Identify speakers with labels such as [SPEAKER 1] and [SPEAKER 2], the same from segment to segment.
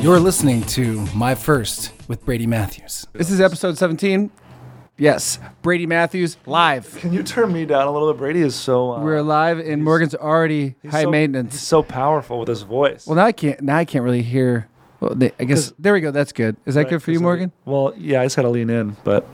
[SPEAKER 1] You're listening to My First with Brady Matthews.
[SPEAKER 2] This is episode 17. Yes, Brady Matthews live.
[SPEAKER 3] Can you turn me down a little bit? Brady is so. Uh,
[SPEAKER 2] We're live, and Morgan's already
[SPEAKER 3] he's
[SPEAKER 2] high
[SPEAKER 3] so- He's
[SPEAKER 2] maintenance.
[SPEAKER 3] so powerful with his voice.
[SPEAKER 2] Well, now I can't. Now I can't really hear. Well, they, I guess there we go. That's good. Is that good for you, Morgan?
[SPEAKER 3] Well, yeah, I just gotta lean in, but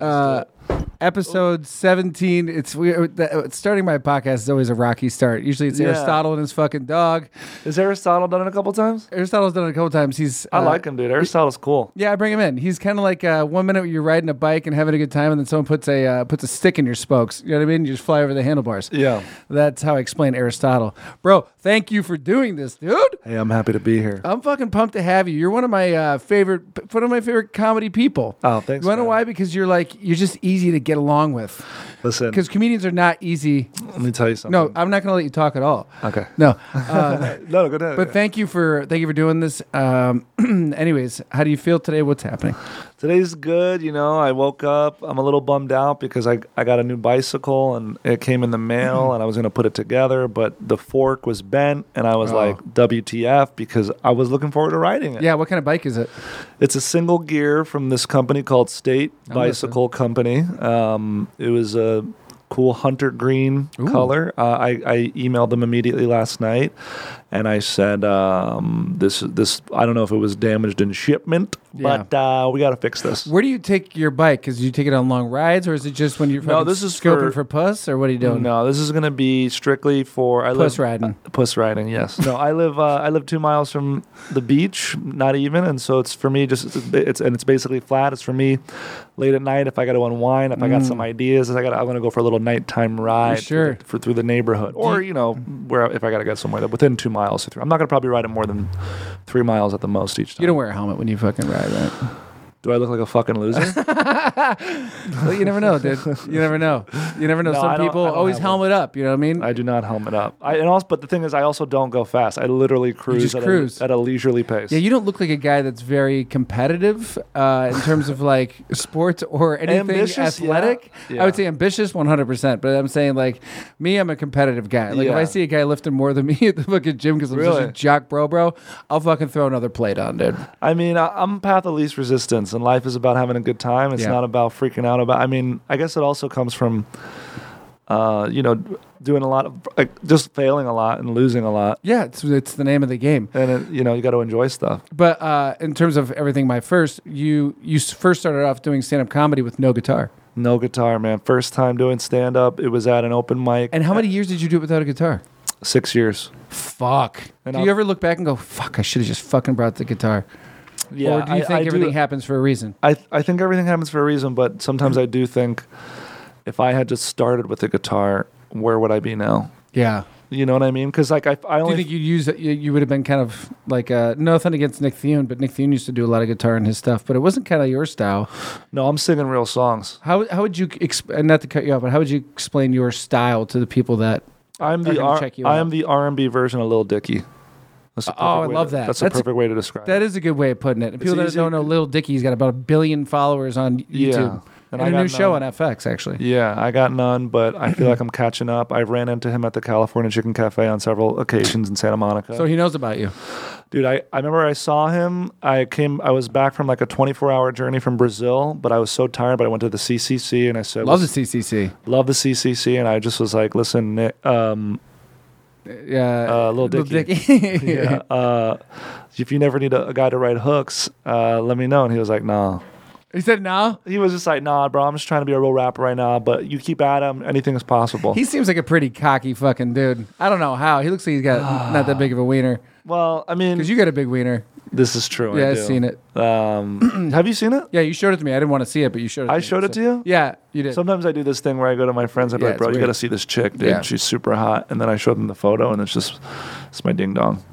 [SPEAKER 2] Uh,
[SPEAKER 3] Oh.
[SPEAKER 2] episode 17. It's weird. that- uh, Starting my podcast is always a rocky start. Usually it's
[SPEAKER 3] Yeah.
[SPEAKER 2] Aristotle and his fucking dog.
[SPEAKER 3] is Aristotle done it a couple times?
[SPEAKER 2] Aristotle's done it a couple times. He's
[SPEAKER 3] I
[SPEAKER 2] uh,
[SPEAKER 3] like him, dude. Aristotle's cool.
[SPEAKER 2] Yeah, bring him in. He's kind of like uh, one minute you're riding a bike and having a good time, and then someone puts a uh, puts a stick in your spokes. You know what I mean? You just fly over the handlebars.
[SPEAKER 3] Yeah.
[SPEAKER 2] That's how I explain Aristotle. Bro, thank you for doing this, dude.
[SPEAKER 3] Hey, I'm happy to be here.
[SPEAKER 2] I'm fucking pumped to have you. You're one of my uh, favorite, one of my favorite comedy people.
[SPEAKER 3] Oh, thanks,
[SPEAKER 2] You wanna know
[SPEAKER 3] man.
[SPEAKER 2] why? Because you're like you're just easy to get along with.
[SPEAKER 3] Listen,
[SPEAKER 2] Because comedians are not easy.
[SPEAKER 3] let me tell you something.
[SPEAKER 2] No, I'm not gonna let you talk at all.
[SPEAKER 3] Okay.
[SPEAKER 2] No, uh,
[SPEAKER 3] No, go ahead.
[SPEAKER 2] but thank you for thank you for doing this. Um, anyways, how do you feel today? What's happening?
[SPEAKER 3] Today's good, you know. I woke up. I'm a little bummed out because I, I got a new bicycle and it came in the
[SPEAKER 2] Mm-hmm.
[SPEAKER 3] mail and I was going to put it together, but the fork was bent and I was
[SPEAKER 2] Oh.
[SPEAKER 3] like, WTF, because I was looking forward to riding it.
[SPEAKER 2] Yeah, what kind of bike is it?
[SPEAKER 3] It's a single gear from this company called State
[SPEAKER 2] I'm
[SPEAKER 3] Bicycle Company. Um, it was a cool hunter green color. Uh, I, I emailed them immediately last night, and I said, um, "This this I don't know if it was damaged in shipment,
[SPEAKER 2] Yeah.
[SPEAKER 3] but uh, we got to fix this."
[SPEAKER 2] Where do you take your bike? Because you take it on long rides, or is it just when you're
[SPEAKER 3] No,
[SPEAKER 2] fucking
[SPEAKER 3] this is
[SPEAKER 2] scoping for,
[SPEAKER 3] for-
[SPEAKER 2] puss, or what are you doing?
[SPEAKER 3] No, this is going to be strictly for I
[SPEAKER 2] Puss
[SPEAKER 3] live
[SPEAKER 2] riding.
[SPEAKER 3] Mm. puss riding. Yes. No, I live uh, I live two miles from the beach, not even, and so it's for me just it's and it's basically flat. It's for me late at night if I got to unwind, if I got some ideas, if I got I want to go for a little nighttime ride
[SPEAKER 2] Sure.
[SPEAKER 3] through, the, for, through the neighborhood, or you know where if I got to get somewhere that within two miles. Or three. I'm not going to probably ride it more than three miles at the most each time.
[SPEAKER 2] You don't wear a helmet when you fucking ride, right?
[SPEAKER 3] Do I look like a fucking loser?
[SPEAKER 2] Well, you never know, dude. You never know. You never know.
[SPEAKER 3] No, I
[SPEAKER 2] Some
[SPEAKER 3] don't-
[SPEAKER 2] people
[SPEAKER 3] I don't
[SPEAKER 2] always
[SPEAKER 3] have one.
[SPEAKER 2] helmet up. You know what I mean?
[SPEAKER 3] I do not helmet up. I, and also, but the thing is, I also don't go fast. I literally cruise,
[SPEAKER 2] just
[SPEAKER 3] at,
[SPEAKER 2] cruise.
[SPEAKER 3] A, at a leisurely pace.
[SPEAKER 2] yeah, you don't look like a guy that's very competitive uh, in terms of like sports or anything
[SPEAKER 3] Ambitious, yeah.
[SPEAKER 2] athletic. I
[SPEAKER 3] Yeah.
[SPEAKER 2] would say ambitious 100%, but I'm saying like me, I'm a competitive guy. Like if
[SPEAKER 3] Yeah.
[SPEAKER 2] I see a guy lifting more than me at the fucking gym because I'm such a
[SPEAKER 3] Really?
[SPEAKER 2] jock bro, bro, I'll fucking throw another plate on, dude.
[SPEAKER 3] I mean, I, I'm path of least resistance, and life is about having a good time. It's
[SPEAKER 2] Yeah.
[SPEAKER 3] not about freaking out about. I mean, I guess it also comes from, uh, you know, doing a lot of like, just failing a lot and losing a lot,
[SPEAKER 2] Yeah, it's, it's the name of the game.
[SPEAKER 3] and it, you know, you got to enjoy stuff.
[SPEAKER 2] But uh, in terms of everything, my first, you you s- first started off doing stand up comedy with no guitar.
[SPEAKER 3] No guitar, man. First time doing stand up. It was at an open mic.
[SPEAKER 2] And how many years did you do it without a guitar?
[SPEAKER 3] Six years.
[SPEAKER 2] Fuck.
[SPEAKER 3] And
[SPEAKER 2] do
[SPEAKER 3] I'll-
[SPEAKER 2] you ever look back and go, "Fuck, I should have just fucking brought the guitar"? or do you
[SPEAKER 3] I-
[SPEAKER 2] think
[SPEAKER 3] I
[SPEAKER 2] everything
[SPEAKER 3] do-
[SPEAKER 2] happens for a reason?
[SPEAKER 3] I I think everything happens for a reason, but sometimes
[SPEAKER 2] Mm-hmm.
[SPEAKER 3] I do think, if I had just started with a guitar, where would I be now?
[SPEAKER 2] Yeah.
[SPEAKER 3] You know what I mean? Because like I, I
[SPEAKER 2] Do
[SPEAKER 3] only
[SPEAKER 2] you think you'd use it? You, you would have been kind of like uh, nothing against Nick Thune, but Nick Thune used to do a lot of guitar in his stuff, but it wasn't kind of your style.
[SPEAKER 3] no, I'm singing real songs.
[SPEAKER 2] How how would you exp- and not to cut you off, but how would you explain your style to the people that?
[SPEAKER 3] I'm
[SPEAKER 2] are
[SPEAKER 3] the
[SPEAKER 2] gonna
[SPEAKER 3] R-
[SPEAKER 2] check you
[SPEAKER 3] I
[SPEAKER 2] out.
[SPEAKER 3] am the R and B version of Lil Dicky. That's the
[SPEAKER 2] Oh, I
[SPEAKER 3] perfect way
[SPEAKER 2] love
[SPEAKER 3] to-
[SPEAKER 2] that.
[SPEAKER 3] That's,
[SPEAKER 2] That's a-
[SPEAKER 3] the perfect way to describe
[SPEAKER 2] That
[SPEAKER 3] it.
[SPEAKER 2] is a good way of putting it. And People that
[SPEAKER 3] easy.
[SPEAKER 2] don't know, Little Dicky's got about a billion followers on YouTube.
[SPEAKER 3] Yeah.
[SPEAKER 2] And,
[SPEAKER 3] And I
[SPEAKER 2] a new
[SPEAKER 3] got
[SPEAKER 2] show on
[SPEAKER 3] none.
[SPEAKER 2] FX, actually.
[SPEAKER 3] Yeah, I got none, but I feel like I'm catching up. I ran into him at the California Chicken Cafe on several occasions in Santa Monica.
[SPEAKER 2] So he knows about you.
[SPEAKER 3] Dude, I, I remember I saw him. I came, I was back from like a 24 hour journey from Brazil, but I was so tired. But I went to the CCC and I said,
[SPEAKER 2] Loves the CCC.
[SPEAKER 3] love the CCC. And I just was like, listen, Nick, um,
[SPEAKER 2] Yeah.
[SPEAKER 3] Uh, Lil Dicky.
[SPEAKER 2] Dicky.
[SPEAKER 3] yeah, uh, if you never need a, a guy to write hooks, uh, let me know. And he was like, nah.
[SPEAKER 2] He said no.
[SPEAKER 3] He was just like, nah, bro, I'm just trying to be a real rapper right now, but you keep at him, anything is possible.
[SPEAKER 2] He seems like a pretty cocky fucking dude. I don't know how. He looks like he's got not that big of a wiener.
[SPEAKER 3] well, I mean,
[SPEAKER 2] Because you got a big wiener.
[SPEAKER 3] this is true.
[SPEAKER 2] yeah,
[SPEAKER 3] Oh, I
[SPEAKER 2] I've
[SPEAKER 3] do.
[SPEAKER 2] seen it.
[SPEAKER 3] Um, have you seen it?
[SPEAKER 2] Yeah, you showed it to me. I didn't want to see it, but you showed it to
[SPEAKER 3] I
[SPEAKER 2] me.
[SPEAKER 3] showed it
[SPEAKER 2] So-
[SPEAKER 3] to you?
[SPEAKER 2] Yeah, you did.
[SPEAKER 3] Sometimes I do this thing where I go to my friends, I'm
[SPEAKER 2] Yeah,
[SPEAKER 3] like, bro,
[SPEAKER 2] it's
[SPEAKER 3] you
[SPEAKER 2] weird.
[SPEAKER 3] got to see this chick, dude.
[SPEAKER 2] Yeah.
[SPEAKER 3] She's super hot. And then I show them the photo, and it's just, it's my ding dong.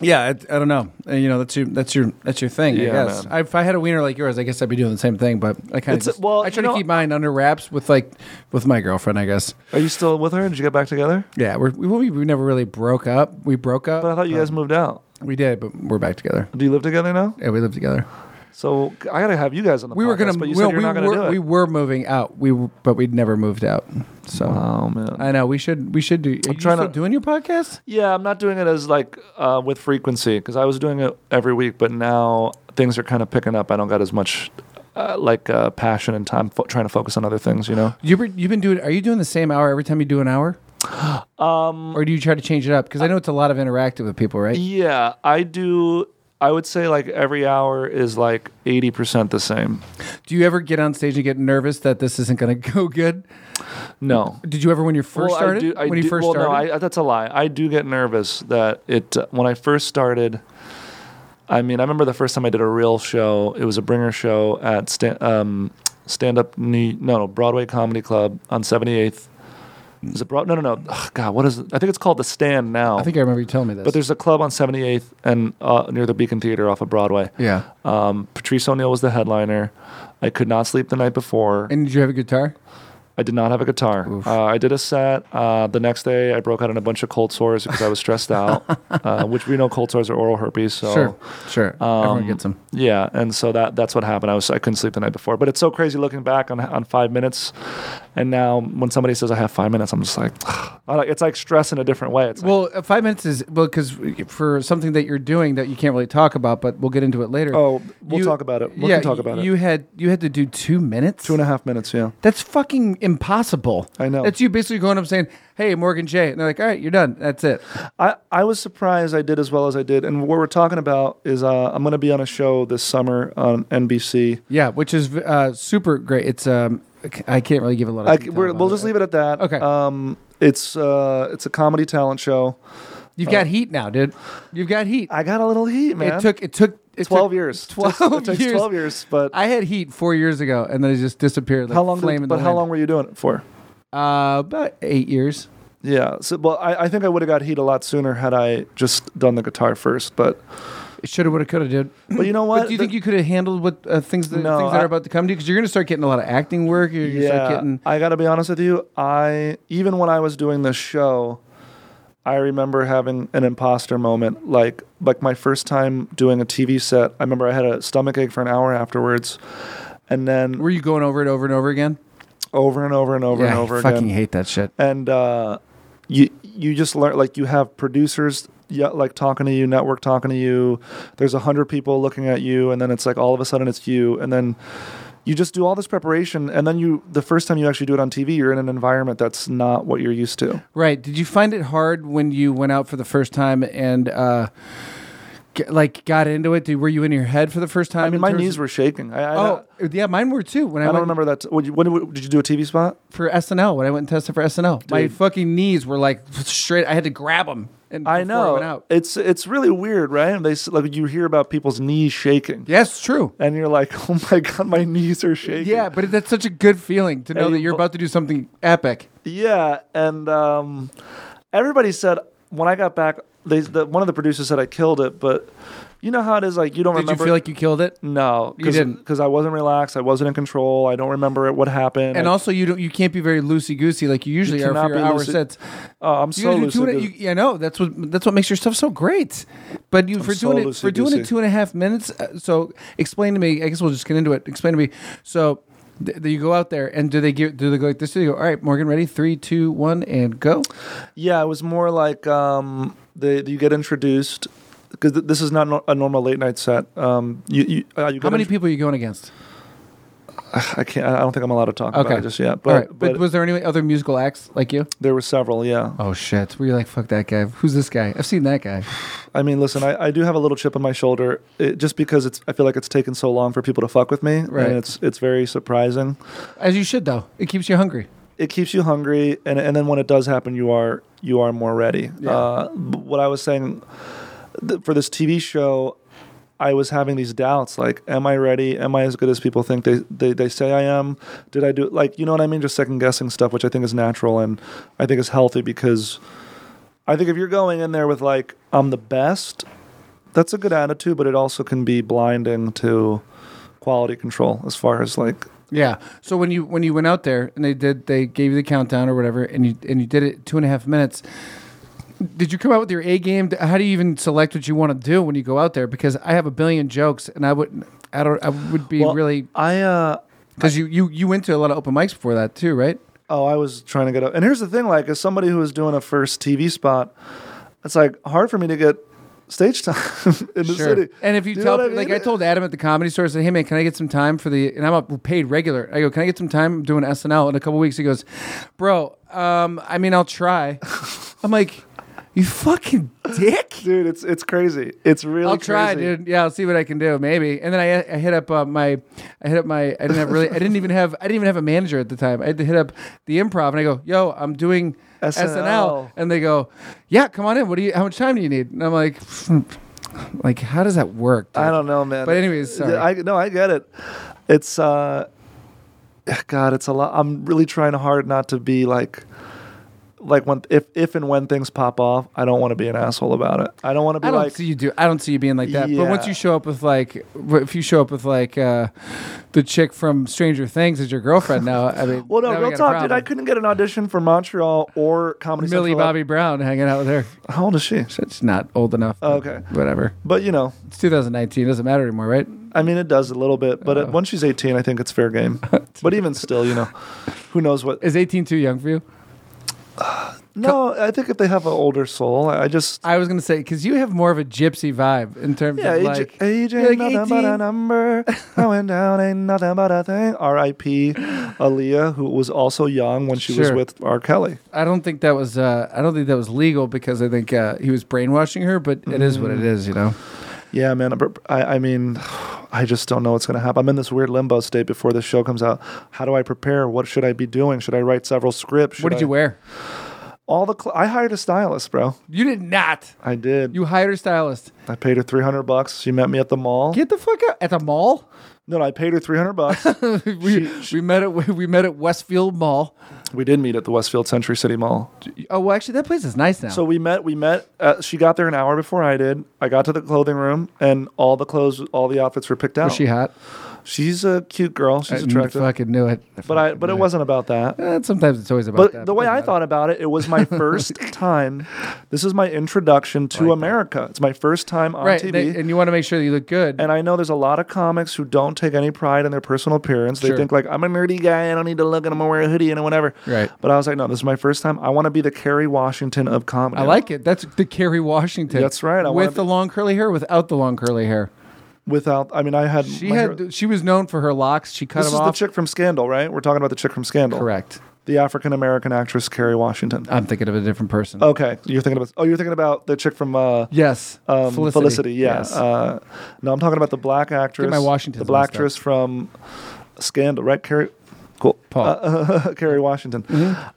[SPEAKER 2] yeah, I, I don't know. Uh, you know, that's your that's your that's your thing. I
[SPEAKER 3] Yeah,
[SPEAKER 2] guess.
[SPEAKER 3] man.
[SPEAKER 2] I, if I had a wiener like yours, I guess I'd be doing the same thing. But I kind
[SPEAKER 3] It's-
[SPEAKER 2] of
[SPEAKER 3] well,
[SPEAKER 2] I try to
[SPEAKER 3] you know-
[SPEAKER 2] keep mine under wraps with like with my girlfriend. I guess.
[SPEAKER 3] Are you still with her? Did you get back together?
[SPEAKER 2] Yeah, we're, we we we never really broke up. We broke up.
[SPEAKER 3] But I thought you guys moved out.
[SPEAKER 2] we did, but we're back together.
[SPEAKER 3] Do you live together now?
[SPEAKER 2] Yeah, we live together.
[SPEAKER 3] So I gotta have you guys on the
[SPEAKER 2] We were
[SPEAKER 3] podcast,
[SPEAKER 2] gonna,
[SPEAKER 3] but you
[SPEAKER 2] we,
[SPEAKER 3] said
[SPEAKER 2] we
[SPEAKER 3] you're not gonna
[SPEAKER 2] were,
[SPEAKER 3] do it.
[SPEAKER 2] we were moving out. We w- but we'd never moved out. So
[SPEAKER 3] oh man.
[SPEAKER 2] I know we should we should do. Are you
[SPEAKER 3] trying
[SPEAKER 2] still
[SPEAKER 3] to-
[SPEAKER 2] doing your podcast?
[SPEAKER 3] yeah, I'm not doing it as like uh, with frequency because I was doing it every week, but now things are kind of picking up. I don't got as much uh, like uh, passion and time fo- trying to focus on other things. You know.
[SPEAKER 2] You've been- you've been doing. Are you doing the same hour every time you do an hour? Um, or do you try to change it up? Because I know it's a lot of interactive with people, right?
[SPEAKER 3] Yeah, I do. I would say like every hour is like eighty percent the same.
[SPEAKER 2] Do you ever get on stage and get nervous that this isn't going to go good?
[SPEAKER 3] No.
[SPEAKER 2] Did you ever when you first
[SPEAKER 3] Well, I
[SPEAKER 2] started?
[SPEAKER 3] do- I
[SPEAKER 2] when you
[SPEAKER 3] do-
[SPEAKER 2] first
[SPEAKER 3] well,
[SPEAKER 2] started?
[SPEAKER 3] no, I, that's a lie. I do get nervous that it uh, when I first started. I mean, I remember the first time I did a real show. It was a bringer show at stand, um, stand up New, no no Broadway Comedy Club on Seventy Eighth. Is it broad? No no no. Ugh, God, what is it? I think it's called the Stand now.
[SPEAKER 2] I think I remember you telling me this.
[SPEAKER 3] but there's a club on 78th and uh, near the Beacon Theater off of Broadway.
[SPEAKER 2] yeah.
[SPEAKER 3] Um, Patrice O'Neill was the headliner. I could not sleep the night before.
[SPEAKER 2] And did you have a guitar?
[SPEAKER 3] I did not have a guitar. Uh, I did a set. Uh, the next day, I broke out in a bunch of cold sores because I was stressed out, uh, which we know cold sores are oral herpes. So
[SPEAKER 2] sure, sure. Everyone
[SPEAKER 3] um,
[SPEAKER 2] gets them.
[SPEAKER 3] yeah, and so that that's what happened. I was I couldn't sleep the night before, but it's so crazy looking back on on five minutes, and now when somebody says I have five minutes, I'm just like, I like- it's like stress in a different way. It's like,
[SPEAKER 2] Well, uh, five minutes is well because for something that you're doing that you can't really talk about, but we'll get into it later.
[SPEAKER 3] oh, we'll
[SPEAKER 2] you-
[SPEAKER 3] talk about it. We
[SPEAKER 2] yeah,
[SPEAKER 3] can talk about
[SPEAKER 2] you
[SPEAKER 3] it.
[SPEAKER 2] had you had to do two minutes.
[SPEAKER 3] Two and a half minutes. Yeah,
[SPEAKER 2] That's fucking impossible.
[SPEAKER 3] I know.
[SPEAKER 2] That's you basically going up and saying, "Hey, Morgan J," and they're like, "All right, you're done. That's it."
[SPEAKER 3] I, I was surprised I did as well as I did. And what we're talking about is uh, I'm going to be on a show this summer on NBC.
[SPEAKER 2] Yeah, which is uh, super great. It's um, I can't really give a lot of.
[SPEAKER 3] I,
[SPEAKER 2] detail
[SPEAKER 3] we're,
[SPEAKER 2] about
[SPEAKER 3] we'll just leave it at that.
[SPEAKER 2] Okay.
[SPEAKER 3] Um, it's uh, it's a comedy talent show.
[SPEAKER 2] You've got heat now, dude. You've got heat.
[SPEAKER 3] I got a little heat, man.
[SPEAKER 2] It took. It took. It
[SPEAKER 3] twelve
[SPEAKER 2] took-
[SPEAKER 3] years. It
[SPEAKER 2] Twelve
[SPEAKER 3] takes- it takes
[SPEAKER 2] years.
[SPEAKER 3] twelve years. But
[SPEAKER 2] I had heat four years ago, and then it just disappeared. Like
[SPEAKER 3] how long?
[SPEAKER 2] Flame
[SPEAKER 3] Did,
[SPEAKER 2] in
[SPEAKER 3] but
[SPEAKER 2] the
[SPEAKER 3] how
[SPEAKER 2] wind.
[SPEAKER 3] long were you doing it for?
[SPEAKER 2] Uh, about eight years.
[SPEAKER 3] Yeah. So, well, I, I think I would have got heat a lot sooner had I just done the guitar first. But
[SPEAKER 2] Should have, would have, could have, dude.
[SPEAKER 3] but you know what?
[SPEAKER 2] But do you think you could have handled what uh, things that
[SPEAKER 3] No,
[SPEAKER 2] things that
[SPEAKER 3] I-
[SPEAKER 2] are about to come to you? Because you're going to start getting a lot of acting work. You're going to
[SPEAKER 3] yeah,
[SPEAKER 2] start getting.
[SPEAKER 3] I got to be honest with you. I even when I was doing this show, I remember having an imposter moment. Like like my first time doing a TV set. I remember I had a stomach ache for an hour afterwards, and then
[SPEAKER 2] Were you going over it over and over again?
[SPEAKER 3] over and over and over
[SPEAKER 2] yeah,
[SPEAKER 3] and over
[SPEAKER 2] I fucking
[SPEAKER 3] again.
[SPEAKER 2] hate that shit.
[SPEAKER 3] And uh, you you just learn like you have producers yeah, like talking to you, network talking to you. There's a hundred people looking at you, and then it's like all of a sudden it's you, and then you just do all this preparation, and then you the first time you actually do it on TV, you're in an environment that's not what you're used to.
[SPEAKER 2] Right. Did you find it hard when you went out for the first time and uh, get, like got into it? Did, were you in your head for the first time?
[SPEAKER 3] I mean,
[SPEAKER 2] in
[SPEAKER 3] my
[SPEAKER 2] terms
[SPEAKER 3] knees
[SPEAKER 2] of-
[SPEAKER 3] were shaking. I, I,
[SPEAKER 2] Oh, yeah, mine were too. When I,
[SPEAKER 3] I don't
[SPEAKER 2] went
[SPEAKER 3] remember that. When, you, when did you do a TV spot?
[SPEAKER 2] for SNL, when I went and tested for SNL, my
[SPEAKER 3] Dude.
[SPEAKER 2] fucking knees were like straight. I had to grab them. And
[SPEAKER 3] I
[SPEAKER 2] before I
[SPEAKER 3] know
[SPEAKER 2] went out.
[SPEAKER 3] it's it's really weird, right? And they s- like you hear about people's knees shaking,
[SPEAKER 2] Yeah, it's true.
[SPEAKER 3] and you're like, oh my god, my knees are shaking.
[SPEAKER 2] Yeah, but it- that's such a good feeling to know
[SPEAKER 3] you
[SPEAKER 2] that you're
[SPEAKER 3] bu-
[SPEAKER 2] about to do something epic.
[SPEAKER 3] Yeah, and um, everybody said when I got back, they the, one of the producers said I killed it, but you know how it is. Like you don't
[SPEAKER 2] Did you
[SPEAKER 3] remember.
[SPEAKER 2] feel like you killed it?
[SPEAKER 3] no,
[SPEAKER 2] You didn't.
[SPEAKER 3] because I wasn't relaxed. I wasn't in control. I don't remember it, what happened.
[SPEAKER 2] And
[SPEAKER 3] I,
[SPEAKER 2] also, you don't. You can't be very loosy goosey like you usually are
[SPEAKER 3] cannot
[SPEAKER 2] for your
[SPEAKER 3] be
[SPEAKER 2] hour
[SPEAKER 3] loosey-
[SPEAKER 2] sets.
[SPEAKER 3] oh, I'm
[SPEAKER 2] You
[SPEAKER 3] so
[SPEAKER 2] gotta do two
[SPEAKER 3] lucid.
[SPEAKER 2] and a, you, yeah, I know that's what that's what makes your stuff so great. But you for
[SPEAKER 3] so
[SPEAKER 2] doing it for doing it
[SPEAKER 3] loosey-goosey.
[SPEAKER 2] two and a half minutes. Uh, so explain to me. I guess we'll just get into it. Explain to me. So th- you go out there and do they give do they go like this? Do they go all right, Morgan? Ready? Three, two, one, and go.
[SPEAKER 3] yeah, it was more like um, the, you get introduced because th- this is not no- a normal late night set. Um, you, you, uh, you
[SPEAKER 2] How
[SPEAKER 3] get
[SPEAKER 2] many
[SPEAKER 3] intro-
[SPEAKER 2] people are you going against?
[SPEAKER 3] I can't. I don't think I'm allowed to talk
[SPEAKER 2] Okay,
[SPEAKER 3] about it just yet. But,
[SPEAKER 2] all right.
[SPEAKER 3] but,
[SPEAKER 2] But, was there any other musical acts like you?
[SPEAKER 3] there were several. Yeah.
[SPEAKER 2] Oh shit! Were you like fuck that guy? Who's this guy? I've seen that guy.
[SPEAKER 3] I mean, listen, I, I do have a little chip on my shoulder it, just because it's. I feel like it's taken so long for people to fuck with me,
[SPEAKER 2] Right.
[SPEAKER 3] and it's it's very surprising.
[SPEAKER 2] As you should though. It keeps you hungry.
[SPEAKER 3] It keeps you hungry, and and then when it does happen, you are you are more ready.
[SPEAKER 2] Yeah.
[SPEAKER 3] Uh, b- what I was saying th- for this TV show. I was having these doubts, like, am I ready? Am I as good as people think they, they, they say I am? Did I do it? Like, you know what I mean? Just second guessing stuff, which I think is natural and I think is healthy because I think if you're going in there with like I'm the best, that's a good attitude, but it also can be blinding to quality control as far as like
[SPEAKER 2] Yeah. So when you when you went out there and they did they gave you the countdown or whatever and you and you did it two and a half minutes. Did you come out with your A game? How do you even select what you want to do when you go out there? Because I have a billion jokes and I would I don't. I would be
[SPEAKER 3] Well,
[SPEAKER 2] really
[SPEAKER 3] I uh,
[SPEAKER 2] because you you you went to a lot of open mics before that too, right?
[SPEAKER 3] Oh, I was trying to get up. And here's the thing: like, as somebody who was doing a first TV spot, it's like hard for me to get stage time in the city.
[SPEAKER 2] And if you,
[SPEAKER 3] Do know
[SPEAKER 2] tell,
[SPEAKER 3] what I
[SPEAKER 2] like
[SPEAKER 3] mean?
[SPEAKER 2] I told Adam at the comedy store, I said, "Hey man, can I get some time for the?" And I'm a paid regular. I go, "Can I get some time I'm doing SNL in a couple weeks?" He goes, "Bro, um, I mean, I'll try." I'm like, "You fucking dick."
[SPEAKER 3] dude, it's it's crazy. It's really.
[SPEAKER 2] I'll try,
[SPEAKER 3] crazy.
[SPEAKER 2] dude. Yeah, I'll see what I can do, maybe. And then I, I hit up uh, my, I hit up my. I didn't have really. I didn't even have. I didn't even have a manager at the time. I had to hit up the improv, and I go, "Yo, I'm doing SNL,",
[SPEAKER 3] SNL.
[SPEAKER 2] and they go, "Yeah, come on in. What do you? How much time do you need?" And I'm like, "Like, how does that work?" dude?
[SPEAKER 3] I don't know, man.
[SPEAKER 2] But anyways, sorry.
[SPEAKER 3] I no, I get it. It's uh, God, it's a lot. I'm really trying hard not to be like. Like when if if and when things pop off, I don't want to be an asshole about it. I don't want to be
[SPEAKER 2] I don't
[SPEAKER 3] like
[SPEAKER 2] see you do. I don't see you being like that. But once
[SPEAKER 3] Yeah.
[SPEAKER 2] you show up with like, if you show up with like uh, the chick from Stranger Things as your girlfriend now, I mean,
[SPEAKER 3] Well, no,
[SPEAKER 2] now we
[SPEAKER 3] real
[SPEAKER 2] got a
[SPEAKER 3] talk, dude. I
[SPEAKER 2] problem.
[SPEAKER 3] couldn't get an audition for Montreal or Comedy
[SPEAKER 2] Millie
[SPEAKER 3] Central.
[SPEAKER 2] Bobby Brown hanging out with her.
[SPEAKER 3] How old is she? Oh,
[SPEAKER 2] That's not old enough. but
[SPEAKER 3] Okay.
[SPEAKER 2] Whatever.
[SPEAKER 3] But you know,
[SPEAKER 2] It's 2019. Doesn't matter anymore, right?
[SPEAKER 3] I mean, it does a little bit. But it, once she's 18, I think it's fair game. but even still, you know, who knows what?
[SPEAKER 2] Is 18 too young for you?
[SPEAKER 3] No, I think if they have an older soul, I I just
[SPEAKER 2] I was gonna say because you have more of a gypsy vibe in terms
[SPEAKER 3] yeah,
[SPEAKER 2] of
[SPEAKER 3] age,
[SPEAKER 2] like
[SPEAKER 3] age
[SPEAKER 2] you're
[SPEAKER 3] ain't
[SPEAKER 2] like
[SPEAKER 3] nothing but a
[SPEAKER 2] 18.
[SPEAKER 3] number. Going down ain't nothing but a thing. R.I.P. Aaliyah, who was also young when she was
[SPEAKER 2] Sure.
[SPEAKER 3] with R. Kelly.
[SPEAKER 2] I don't think that was uh, I don't think that was legal because I think uh, he was brainwashing her, but it is what it
[SPEAKER 3] Mm.
[SPEAKER 2] is, you know.
[SPEAKER 3] Yeah, man. I, I mean, I just don't know what's going to happen. I'm in this weird limbo state before the show comes out. How do I prepare? What should I be doing? Should I write several scripts?
[SPEAKER 2] what
[SPEAKER 3] Should
[SPEAKER 2] did
[SPEAKER 3] I-
[SPEAKER 2] you wear?
[SPEAKER 3] All the cl- I hired a stylist, bro.
[SPEAKER 2] You did not.
[SPEAKER 3] I did.
[SPEAKER 2] You hired a stylist.
[SPEAKER 3] I paid her 300 bucks. She met me at the mall.
[SPEAKER 2] Get the fuck out at the mall.
[SPEAKER 3] no, no, I paid her 300 bucks.
[SPEAKER 2] we, we met at we met at Westfield Mall.
[SPEAKER 3] we did meet at the Westfield Century City Mall.
[SPEAKER 2] Oh well, actually that place is nice now.
[SPEAKER 3] So we met. We met. Uh, she got there an hour before I did. I got to the clothing room, and all the clothes, all the outfits were picked out.
[SPEAKER 2] was she hot?
[SPEAKER 3] She's a cute girl. She's
[SPEAKER 2] I
[SPEAKER 3] attractive.
[SPEAKER 2] fucking knew it.
[SPEAKER 3] But I. But it wasn't about that.
[SPEAKER 2] Eh, sometimes it's always about
[SPEAKER 3] But
[SPEAKER 2] that,
[SPEAKER 3] the way
[SPEAKER 2] doesn't
[SPEAKER 3] I
[SPEAKER 2] matter.
[SPEAKER 3] thought about it, it was my first time. This is my introduction to America. It's my first time on
[SPEAKER 2] right,
[SPEAKER 3] TV.
[SPEAKER 2] and, and you want to make sure that you look good.
[SPEAKER 3] and I know there's a lot of comics who don't take any pride in their personal appearance. They
[SPEAKER 2] Sure.
[SPEAKER 3] think like I'm a nerdy guy. I don't need to look, and I'm gonna wear a hoodie and whatever.
[SPEAKER 2] Right.
[SPEAKER 3] But I was like, no, this is my first time. I want to be the Kerry Washington of comedy.
[SPEAKER 2] I like it. That's the Kerry Washington.
[SPEAKER 3] That's right. I wanna
[SPEAKER 2] with
[SPEAKER 3] be-
[SPEAKER 2] the long curly hair, without the long curly hair.
[SPEAKER 3] Without, I mean, I had.
[SPEAKER 2] She
[SPEAKER 3] my hair-
[SPEAKER 2] had. She was known for her locks. She cut
[SPEAKER 3] this is
[SPEAKER 2] them
[SPEAKER 3] the
[SPEAKER 2] off.
[SPEAKER 3] chick from Scandal, right? We're talking about the chick from Scandal.
[SPEAKER 2] Correct.
[SPEAKER 3] The African American actress Kerry Washington.
[SPEAKER 2] I'm thinking of a different person.
[SPEAKER 3] okay, you're thinking about. Oh, you're thinking about the chick from. Uh,
[SPEAKER 2] yes.
[SPEAKER 3] Um, Felicity. yeah.
[SPEAKER 2] Yes.
[SPEAKER 3] Uh, no, I'm talking about the black actress.
[SPEAKER 2] my Washingtons
[SPEAKER 3] The black
[SPEAKER 2] mixed up.
[SPEAKER 3] actress from Scandal, right? Carrie, cool.
[SPEAKER 2] Paul.
[SPEAKER 3] uh, Carrie Washington,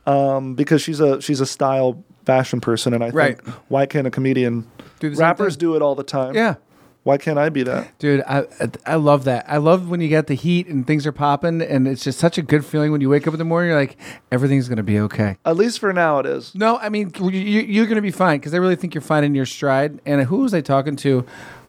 [SPEAKER 3] um, because she's a she's a style fashion person, and I
[SPEAKER 2] Right.
[SPEAKER 3] think why can't a comedian?
[SPEAKER 2] Do the same
[SPEAKER 3] rappers
[SPEAKER 2] thing.
[SPEAKER 3] do it all the time.
[SPEAKER 2] yeah.
[SPEAKER 3] Why can't I be that?
[SPEAKER 2] Dude, I I love that. I love when you get the heat and things are popping, and it's just such a good feeling when you wake up in the morning. You're like, everything's gonna be okay.
[SPEAKER 3] At least for now, it is.
[SPEAKER 2] No, I mean you, you- you're going to be fine because I really think you're fine in your stride. And who was I talking to?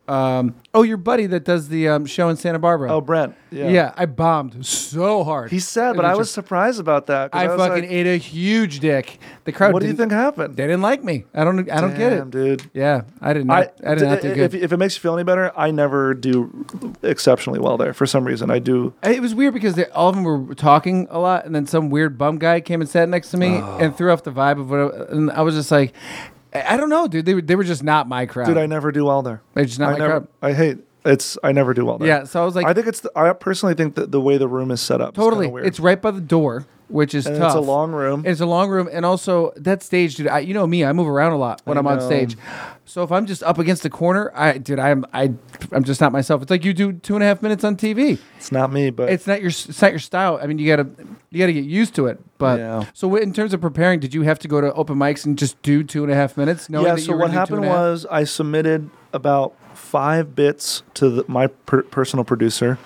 [SPEAKER 2] Um, oh, your buddy that does the um, show in Santa Barbara.
[SPEAKER 3] Oh, Brent.
[SPEAKER 2] yeah.
[SPEAKER 3] Yeah.
[SPEAKER 2] I bombed so hard.
[SPEAKER 3] He said, but
[SPEAKER 2] And
[SPEAKER 3] I
[SPEAKER 2] it's
[SPEAKER 3] was
[SPEAKER 2] just-
[SPEAKER 3] surprised about that. 'cause
[SPEAKER 2] I,
[SPEAKER 3] was
[SPEAKER 2] fucking
[SPEAKER 3] like,
[SPEAKER 2] ate a huge dick. The crowd.
[SPEAKER 3] What do you
[SPEAKER 2] didn't-
[SPEAKER 3] think happened?
[SPEAKER 2] They didn't like me. I don't. I don't get
[SPEAKER 3] Damn,
[SPEAKER 2] it.
[SPEAKER 3] dude.
[SPEAKER 2] Yeah, I did not. I, did
[SPEAKER 3] d-
[SPEAKER 2] not do
[SPEAKER 3] if,
[SPEAKER 2] good.
[SPEAKER 3] if it makes you feel any better, I never do exceptionally well there. For some reason, I do.
[SPEAKER 2] it was weird because they, all of them were talking a lot, and then some weird bum guy came and sat next to me
[SPEAKER 3] Oh.
[SPEAKER 2] and threw off the vibe of what. I, and I was just like, I I don't know, dude. They were they were just not my crowd.
[SPEAKER 3] Dude, I never do well there.
[SPEAKER 2] They're just not
[SPEAKER 3] I
[SPEAKER 2] my
[SPEAKER 3] never,
[SPEAKER 2] crowd.
[SPEAKER 3] I hate it's. I never do well there.
[SPEAKER 2] Yeah, so I was like-
[SPEAKER 3] I think it's. The, I personally think that the way the room is set up. is kinda
[SPEAKER 2] Totally,
[SPEAKER 3] weird.
[SPEAKER 2] it's right by the door, which is
[SPEAKER 3] And
[SPEAKER 2] tough.
[SPEAKER 3] it's a long room.
[SPEAKER 2] It's a long room, and also that stage, dude. I, you know me, I move around a lot when I
[SPEAKER 3] I
[SPEAKER 2] am on
[SPEAKER 3] know.
[SPEAKER 2] stage. So if I'm just up against the corner, I, dude, I'm, I, I'm just not myself. It's like you do two and a half minutes on TV.
[SPEAKER 3] It's not me, but
[SPEAKER 2] It's not your, it's not your style. I mean, you gotta, you gotta get used to it. But
[SPEAKER 3] Yeah.
[SPEAKER 2] so wh- in terms of preparing, did you have to go to open mics and just do two and a half minutes? knowing
[SPEAKER 3] yeah.
[SPEAKER 2] that you
[SPEAKER 3] So
[SPEAKER 2] were
[SPEAKER 3] what
[SPEAKER 2] gonna do two
[SPEAKER 3] happened
[SPEAKER 2] and a half?
[SPEAKER 3] was I submitted about five bits to the, my per- personal producer.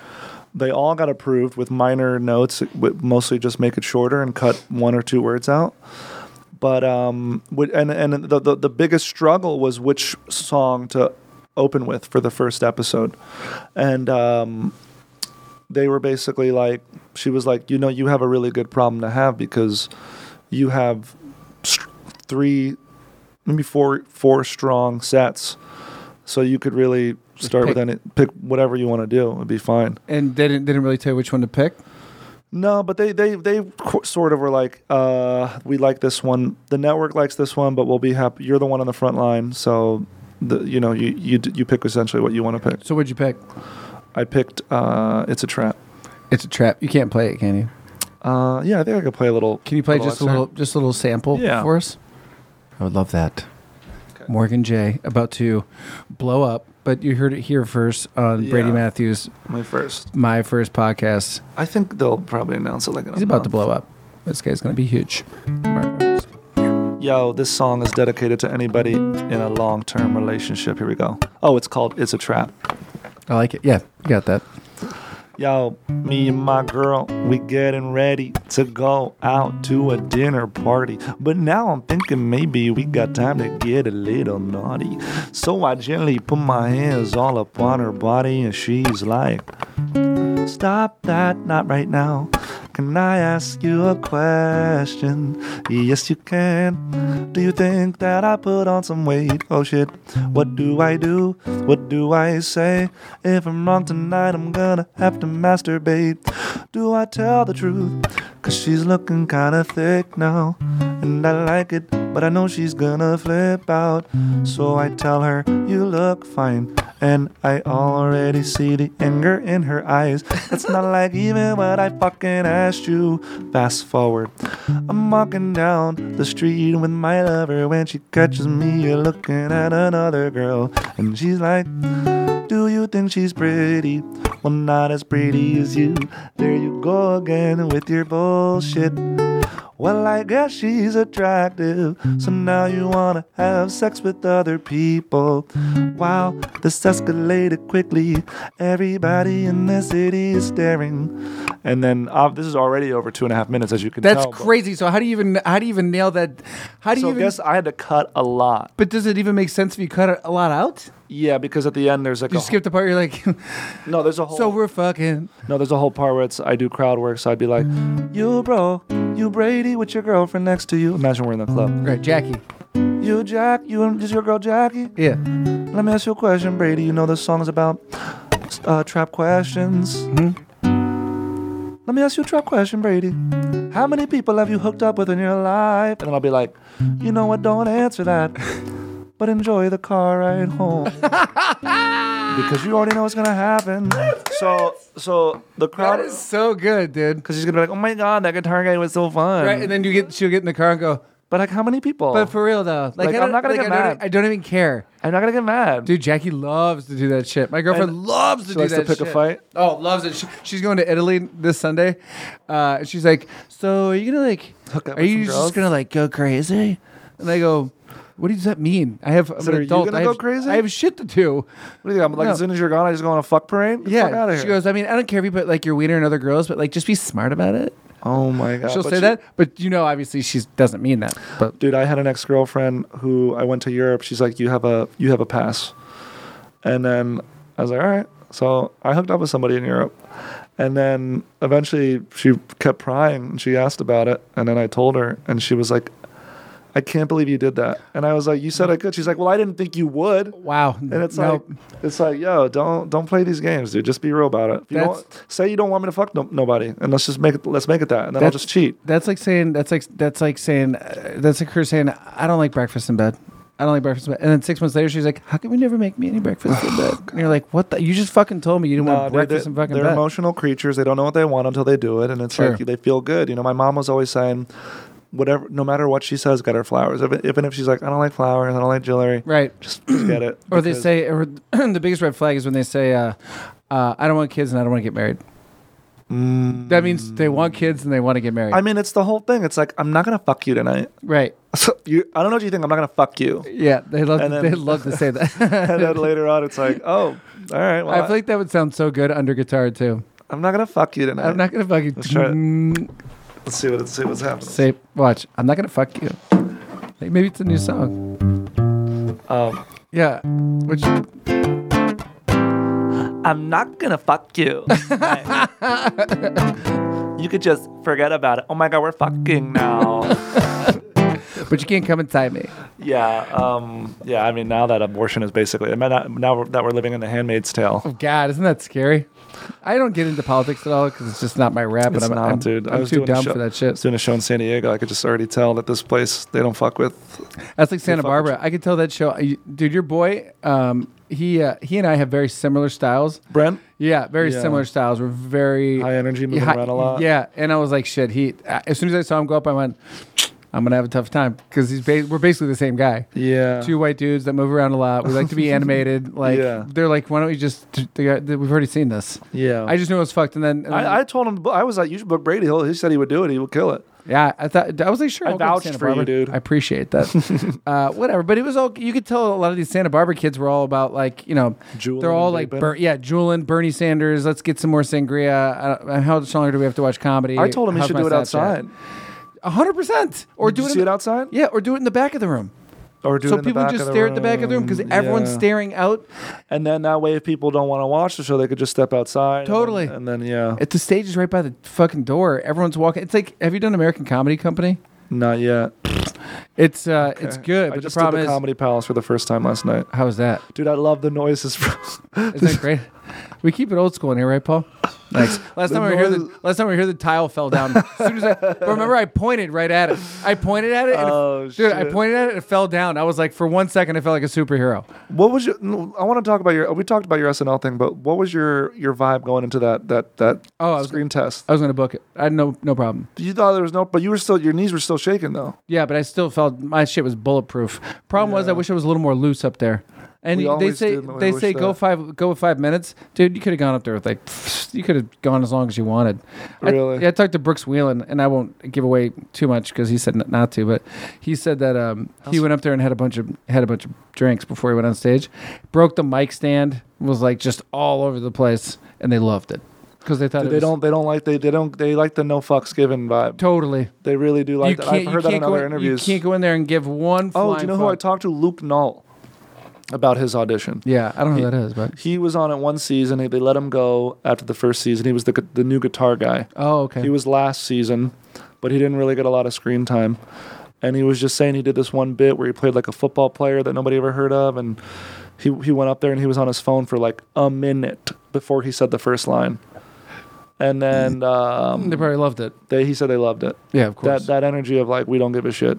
[SPEAKER 3] They all got approved with minor notes, with mostly just make it shorter and cut one or two words out. But um, wi- and and the, the the biggest struggle was which song to open with for the first episode, and um, they were basically like, she was like, you know, you have a really good problem to have because you have str- three, maybe four four strong sets, so you could really start
[SPEAKER 2] pick-
[SPEAKER 3] with any pick whatever you want to do. It'd be fine.
[SPEAKER 2] And they didn't, they didn't really tell you which one to pick.
[SPEAKER 3] No, but they they they qu- sort of were like, uh, we like this one. The network likes this one, but we'll be happy. You're the one on the front line, so the you know you you d- you pick essentially what you want to pick.
[SPEAKER 2] So what'd you pick?
[SPEAKER 3] I picked uh, it's a trap.
[SPEAKER 2] It's a trap. You can't play it, can you?
[SPEAKER 3] Uh, yeah, I think I could play a little.
[SPEAKER 2] Can you play
[SPEAKER 3] Little
[SPEAKER 2] just a
[SPEAKER 3] excerpt?
[SPEAKER 2] little, just a little sample
[SPEAKER 3] Yeah.
[SPEAKER 2] for us?
[SPEAKER 4] I would love that.
[SPEAKER 2] Morgan J. about to blow up, but you heard it here first on Brady
[SPEAKER 3] Yeah.
[SPEAKER 2] Matthews,
[SPEAKER 3] My first.
[SPEAKER 2] my first podcast.
[SPEAKER 3] I think they'll probably announce it like. in a
[SPEAKER 2] He's about to
[SPEAKER 3] month.
[SPEAKER 2] blow up. This guy's gonna be huge.
[SPEAKER 3] Yo, this song is dedicated to anybody in a long-term relationship. Here we go. Oh, it's called "It's a Trap."
[SPEAKER 2] I like it. Yeah, you got that.
[SPEAKER 3] Yo, me and my girl, we getting ready to go out to a dinner party. But now I'm thinking maybe we got time to get a little naughty. So I gently put my hands all upon her body, and she's like, Stop that, not right now. Can I ask you a question? Yes, you can. Do you think that I put on some weight? Oh shit, what do I do? What do I say? If I'm wrong tonight, I'm gonna have to masturbate. Do I tell the truth? Cause she's looking kinda thick now, and I like it, but I know she's gonna flip out. So I tell her, You look fine, and I already see the anger in her eyes. It's not like even what I fucking asked you. Fast forward, I'm walking down the street with my lover when she catches me looking at another girl, and she's like, do you think she's pretty? Well, not as pretty as you. There you go again with your bullshit. Well, I guess she's attractive. So now you wanna have sex with other people. Wow, this escalated quickly. Everybody in the city is staring. And then uh, this is already over two and a half minutes, as you can
[SPEAKER 2] That's
[SPEAKER 3] tell. but-
[SPEAKER 2] crazy. So how do you even how do you even nail that? How do
[SPEAKER 3] So
[SPEAKER 2] you
[SPEAKER 3] I
[SPEAKER 2] even?
[SPEAKER 3] guess I had to cut a lot.
[SPEAKER 2] but does it even make sense if you cut a- a lot out?
[SPEAKER 3] Yeah, because at the end there's like
[SPEAKER 2] You
[SPEAKER 3] a
[SPEAKER 2] skip the part. You're like,
[SPEAKER 3] no, there's a whole.
[SPEAKER 2] so we're fucking.
[SPEAKER 3] No, there's a whole part where it's I do crowd work, so I'd be like, "You bro, you Brady with your girlfriend next to you." Imagine we're in the club.
[SPEAKER 2] Right, Jackie.
[SPEAKER 3] You Jack, you and is your girl Jackie?
[SPEAKER 2] Yeah.
[SPEAKER 3] Let me ask you a question, Brady. You know this song is about uh, trap questions.
[SPEAKER 2] Mm-hmm.
[SPEAKER 3] Let me ask you a trap question, Brady. How many people have you hooked up with in your life? And then I'll be like, you know what? Don't answer that. But enjoy the car ride home because you already know what's gonna happen. So, so the crowd
[SPEAKER 2] That is so good, dude.
[SPEAKER 3] because he's gonna be like, "Oh my god, that guitar guy was so fun."
[SPEAKER 2] Right, and then you get she'll get in the car and go.
[SPEAKER 3] but like, how many people?
[SPEAKER 2] But for real though, like,
[SPEAKER 3] Like,
[SPEAKER 2] I
[SPEAKER 3] I'm
[SPEAKER 2] don't-
[SPEAKER 3] not gonna
[SPEAKER 2] like,
[SPEAKER 3] get
[SPEAKER 2] I don't, e,
[SPEAKER 3] mad.
[SPEAKER 2] I don't even care,
[SPEAKER 3] I'm not gonna get mad.
[SPEAKER 2] dude. Jackie loves to do that shit. My girlfriend
[SPEAKER 3] And
[SPEAKER 2] loves to
[SPEAKER 3] she
[SPEAKER 2] do
[SPEAKER 3] likes to
[SPEAKER 2] that
[SPEAKER 3] pick
[SPEAKER 2] shit.
[SPEAKER 3] a fight.
[SPEAKER 2] Oh, loves it. She, she's going to Italy this Sunday. Uh, and she's like, so are you gonna like?
[SPEAKER 3] Hook up
[SPEAKER 2] are
[SPEAKER 3] with
[SPEAKER 2] you
[SPEAKER 3] some
[SPEAKER 2] just
[SPEAKER 3] girls?"
[SPEAKER 2] gonna like go crazy? And I go, what does that mean? I have. I'm
[SPEAKER 3] So
[SPEAKER 2] an
[SPEAKER 3] are you
[SPEAKER 2] adult.
[SPEAKER 3] gonna
[SPEAKER 2] I
[SPEAKER 3] go
[SPEAKER 2] have-
[SPEAKER 3] crazy?
[SPEAKER 2] I have shit to do.
[SPEAKER 3] What do you think? I'm like,
[SPEAKER 2] No.
[SPEAKER 3] as soon as you're gone, I just go on a fuck parade. Get the fuck out
[SPEAKER 2] Yeah.
[SPEAKER 3] of here.
[SPEAKER 2] She goes, I mean, I don't care if you put like your wiener and other girls, but like just be smart about it.
[SPEAKER 3] "Oh my god."
[SPEAKER 2] She'll
[SPEAKER 3] But
[SPEAKER 2] say
[SPEAKER 3] she-
[SPEAKER 2] that, but you know, obviously, she doesn't mean that. But
[SPEAKER 3] dude. I had an ex girlfriend who I went to Europe. She's like, "You have a you have a pass," and then I was like, "All right." So I hooked up with somebody in Europe, and then eventually she kept prying. and She asked about it, and then I told her, and she was like. I can't believe you did that. And I was like, You said I could. She's like, Well, I didn't think you would.
[SPEAKER 2] wow,
[SPEAKER 3] And it's like it's like, yo, don't don't play these games, dude. Just be real about it. If you
[SPEAKER 2] That's-
[SPEAKER 3] don't, say you don't want me to fuck no, nobody, and let's just make it. Let's make it that, and then I'll
[SPEAKER 2] That's-
[SPEAKER 3] just cheat.
[SPEAKER 2] That's like saying that's like that's like saying uh, that's like her saying I don't like breakfast in bed. I don't like breakfast in bed. And then six months later, she's like, "How can you never make me any breakfast in bed?" And you're like, "What? the? You just fucking told me you didn't
[SPEAKER 3] No,
[SPEAKER 2] want
[SPEAKER 3] dude,
[SPEAKER 2] breakfast
[SPEAKER 3] they,
[SPEAKER 2] in fucking
[SPEAKER 3] are
[SPEAKER 2] bed."
[SPEAKER 3] emotional creatures. They don't know what they want until they do it, and it's
[SPEAKER 2] Sure.
[SPEAKER 3] like they feel good. You know, my mom was always saying, whatever, no matter what she says, get her flowers. Even, even if she's like, I don't like flowers, I don't like jewelry,
[SPEAKER 2] right?
[SPEAKER 3] just, just get it.
[SPEAKER 2] Or they
[SPEAKER 3] because-
[SPEAKER 2] say, or the biggest red flag is when they say, uh, uh, "I don't want kids and I don't want to get married."
[SPEAKER 3] Mm.
[SPEAKER 2] That means they want kids and they want to get married.
[SPEAKER 3] I mean, it's the whole thing. It's like I'm not gonna fuck you tonight.
[SPEAKER 2] right?
[SPEAKER 3] So you, I don't know what you think. I'm not gonna fuck you.
[SPEAKER 2] Yeah, they love
[SPEAKER 3] And then-
[SPEAKER 2] they love to say that.
[SPEAKER 3] And then later on, it's like, oh, all right. Well,
[SPEAKER 2] I feel like that would sound so good under guitar too.
[SPEAKER 3] I'm not gonna fuck you tonight.
[SPEAKER 2] I'm not gonna fucking
[SPEAKER 3] Let's try it. Let's see what let's see what's happening.
[SPEAKER 2] say. Watch, I'm not gonna fuck you. Like, maybe it's a new song.
[SPEAKER 3] Um,
[SPEAKER 2] Yeah. Which
[SPEAKER 3] I'm not gonna fuck you. you could just forget about it. Oh my god, we're fucking now.
[SPEAKER 2] but you can't come inside me.
[SPEAKER 3] Yeah, um, yeah. I mean, now that abortion is basically, I mean, now- now we're, that we're living in The Handmaid's Tale.
[SPEAKER 2] Oh God, isn't that scary? I don't get into politics at all because it's just not my rap.
[SPEAKER 3] It's
[SPEAKER 2] and I'm,
[SPEAKER 3] not,
[SPEAKER 2] I'm,
[SPEAKER 3] dude. I
[SPEAKER 2] I'm
[SPEAKER 3] was
[SPEAKER 2] too
[SPEAKER 3] doing a
[SPEAKER 2] dumb
[SPEAKER 3] show-
[SPEAKER 2] for that
[SPEAKER 3] I
[SPEAKER 2] shit.
[SPEAKER 3] was doing a show in San Diego. I could just already tell that this place they don't fuck with.
[SPEAKER 2] That's like Santa
[SPEAKER 3] fuck with
[SPEAKER 2] Barbara. I could tell that show, I- dude. Your boy, um, he uh, he and I have very similar styles.
[SPEAKER 3] Brent,
[SPEAKER 2] Yeah, very
[SPEAKER 3] Yeah.
[SPEAKER 2] similar styles. We're very
[SPEAKER 3] high energy, moving
[SPEAKER 2] Yeah,
[SPEAKER 3] around a lot.
[SPEAKER 2] Yeah, and I was like, shit. He uh, as soon as I saw him go up, I went, I'm gonna have a tough time because he's ba- we're basically the same guy.
[SPEAKER 3] yeah.
[SPEAKER 2] Two white dudes that move around a lot. We like to be animated. Like
[SPEAKER 3] Yeah.
[SPEAKER 2] they're like, why don't we just? They got, we've already seen this.
[SPEAKER 3] yeah.
[SPEAKER 2] I just knew it was fucked, and then, and then-
[SPEAKER 3] Oh. I, I told him I was like, you should book Brady. He'll, he said he would do it. He would kill it.
[SPEAKER 2] yeah, I thought I was like, sure,
[SPEAKER 3] I
[SPEAKER 2] I'll go to
[SPEAKER 3] vouched
[SPEAKER 2] Santa
[SPEAKER 3] for you,
[SPEAKER 2] Barbara.
[SPEAKER 3] dude.
[SPEAKER 2] I appreciate that. uh, whatever, but it was all you could tell. A lot of these Santa Barbara kids were all about like you know
[SPEAKER 3] Juul
[SPEAKER 2] they're
[SPEAKER 3] and
[SPEAKER 2] all like
[SPEAKER 3] vaping.
[SPEAKER 2] Bur- yeah, Julian, Bernie Sanders. Let's get some more sangria. Uh, how much longer do we have to watch comedy?
[SPEAKER 3] I told him he
[SPEAKER 2] How's
[SPEAKER 3] should
[SPEAKER 2] my
[SPEAKER 3] do it
[SPEAKER 2] Snapchat?
[SPEAKER 3] outside.
[SPEAKER 2] hundred percent. Or
[SPEAKER 3] Did
[SPEAKER 2] do
[SPEAKER 3] you
[SPEAKER 2] it,
[SPEAKER 3] see
[SPEAKER 2] in
[SPEAKER 3] it
[SPEAKER 2] the,
[SPEAKER 3] outside?
[SPEAKER 2] Yeah, or do it in the back of the room.
[SPEAKER 3] Or do it
[SPEAKER 2] so
[SPEAKER 3] in the
[SPEAKER 2] people
[SPEAKER 3] back
[SPEAKER 2] just
[SPEAKER 3] of
[SPEAKER 2] stare at the back of the room because everyone's
[SPEAKER 3] Yeah.
[SPEAKER 2] staring out.
[SPEAKER 3] And then that way, if people don't want to watch the show, they could just step outside. and then-
[SPEAKER 2] Totally.
[SPEAKER 3] And then, yeah,
[SPEAKER 2] If the stage is right by the fucking door, everyone's walking. It's like, have you done American Comedy Company?
[SPEAKER 3] not yet.
[SPEAKER 2] It's uh, it's good,
[SPEAKER 3] I
[SPEAKER 2] but the
[SPEAKER 3] just
[SPEAKER 2] problem
[SPEAKER 3] did
[SPEAKER 2] is,
[SPEAKER 3] the Comedy Palace for the first time last night.
[SPEAKER 2] how is that?
[SPEAKER 3] Dude, I love the noises. From,
[SPEAKER 2] Is that great? We keep it old school in here, right, Paul? Thanks. Last time we were here, the,
[SPEAKER 3] noise-
[SPEAKER 2] last time we were here, the tile fell down. As soon as I but remember, I pointed right at it. I pointed at it. And it-
[SPEAKER 3] Oh,
[SPEAKER 2] dude, I
[SPEAKER 3] shit.
[SPEAKER 2] pointed at it. It fell down. I was like, for one second, I felt like a superhero.
[SPEAKER 3] what was your? no, I want to talk about your. We talked about your SNL thing, but what was your your vibe going into that that that
[SPEAKER 2] Oh, I was-
[SPEAKER 3] screen test?
[SPEAKER 2] I was going to book it. I had no no problem.
[SPEAKER 3] You thought there was no, but you were still your knees were still shaking though.
[SPEAKER 2] Yeah, but I still felt my shit was bulletproof. Problem was, I wish I was a little more loose up there. And
[SPEAKER 3] We
[SPEAKER 2] they
[SPEAKER 3] always
[SPEAKER 2] say
[SPEAKER 3] do, we
[SPEAKER 2] they
[SPEAKER 3] wish
[SPEAKER 2] say go
[SPEAKER 3] that.
[SPEAKER 2] five go with five minutes, dude. You could have gone up there with like you could have gone as long as you wanted. I-
[SPEAKER 3] Really?
[SPEAKER 2] yeah, I talked to Brooks Wheelan, and I won't give away too much because he said n- not to, but he said that um, he went up there and had a bunch of had a bunch of drinks before he went on stage, broke the mic stand, was like just all over the place, and they loved it because they thought it
[SPEAKER 3] They
[SPEAKER 2] was
[SPEAKER 3] don't. They don't like. They they don't. They like the no fucks given vibe.
[SPEAKER 2] totally.
[SPEAKER 3] They really do like
[SPEAKER 2] you
[SPEAKER 3] that.
[SPEAKER 2] can't,
[SPEAKER 3] I've
[SPEAKER 2] you
[SPEAKER 3] heard that in
[SPEAKER 2] can't go
[SPEAKER 3] other
[SPEAKER 2] in-
[SPEAKER 3] interviews.
[SPEAKER 2] You can't go in there and give one.
[SPEAKER 3] oh, do
[SPEAKER 2] flying
[SPEAKER 3] you know who I
[SPEAKER 2] fuck.
[SPEAKER 3] talked to? Luke Null about his audition.
[SPEAKER 2] Yeah, I don't know who that is, but
[SPEAKER 3] He was on it one season. They let him go after the first season. He was the gu- the new guitar guy.
[SPEAKER 2] oh okay.
[SPEAKER 3] He was last season, but he didn't really get a lot of screen time. And he was just saying he did this one bit where he played like a football player that nobody ever heard of, and he he went up there and he was on his phone for like a minute before he said the first line. And then um,
[SPEAKER 2] Mm. they probably loved it.
[SPEAKER 3] they, he said they loved it.
[SPEAKER 2] Yeah, of
[SPEAKER 3] That that energy of like we don't give a shit.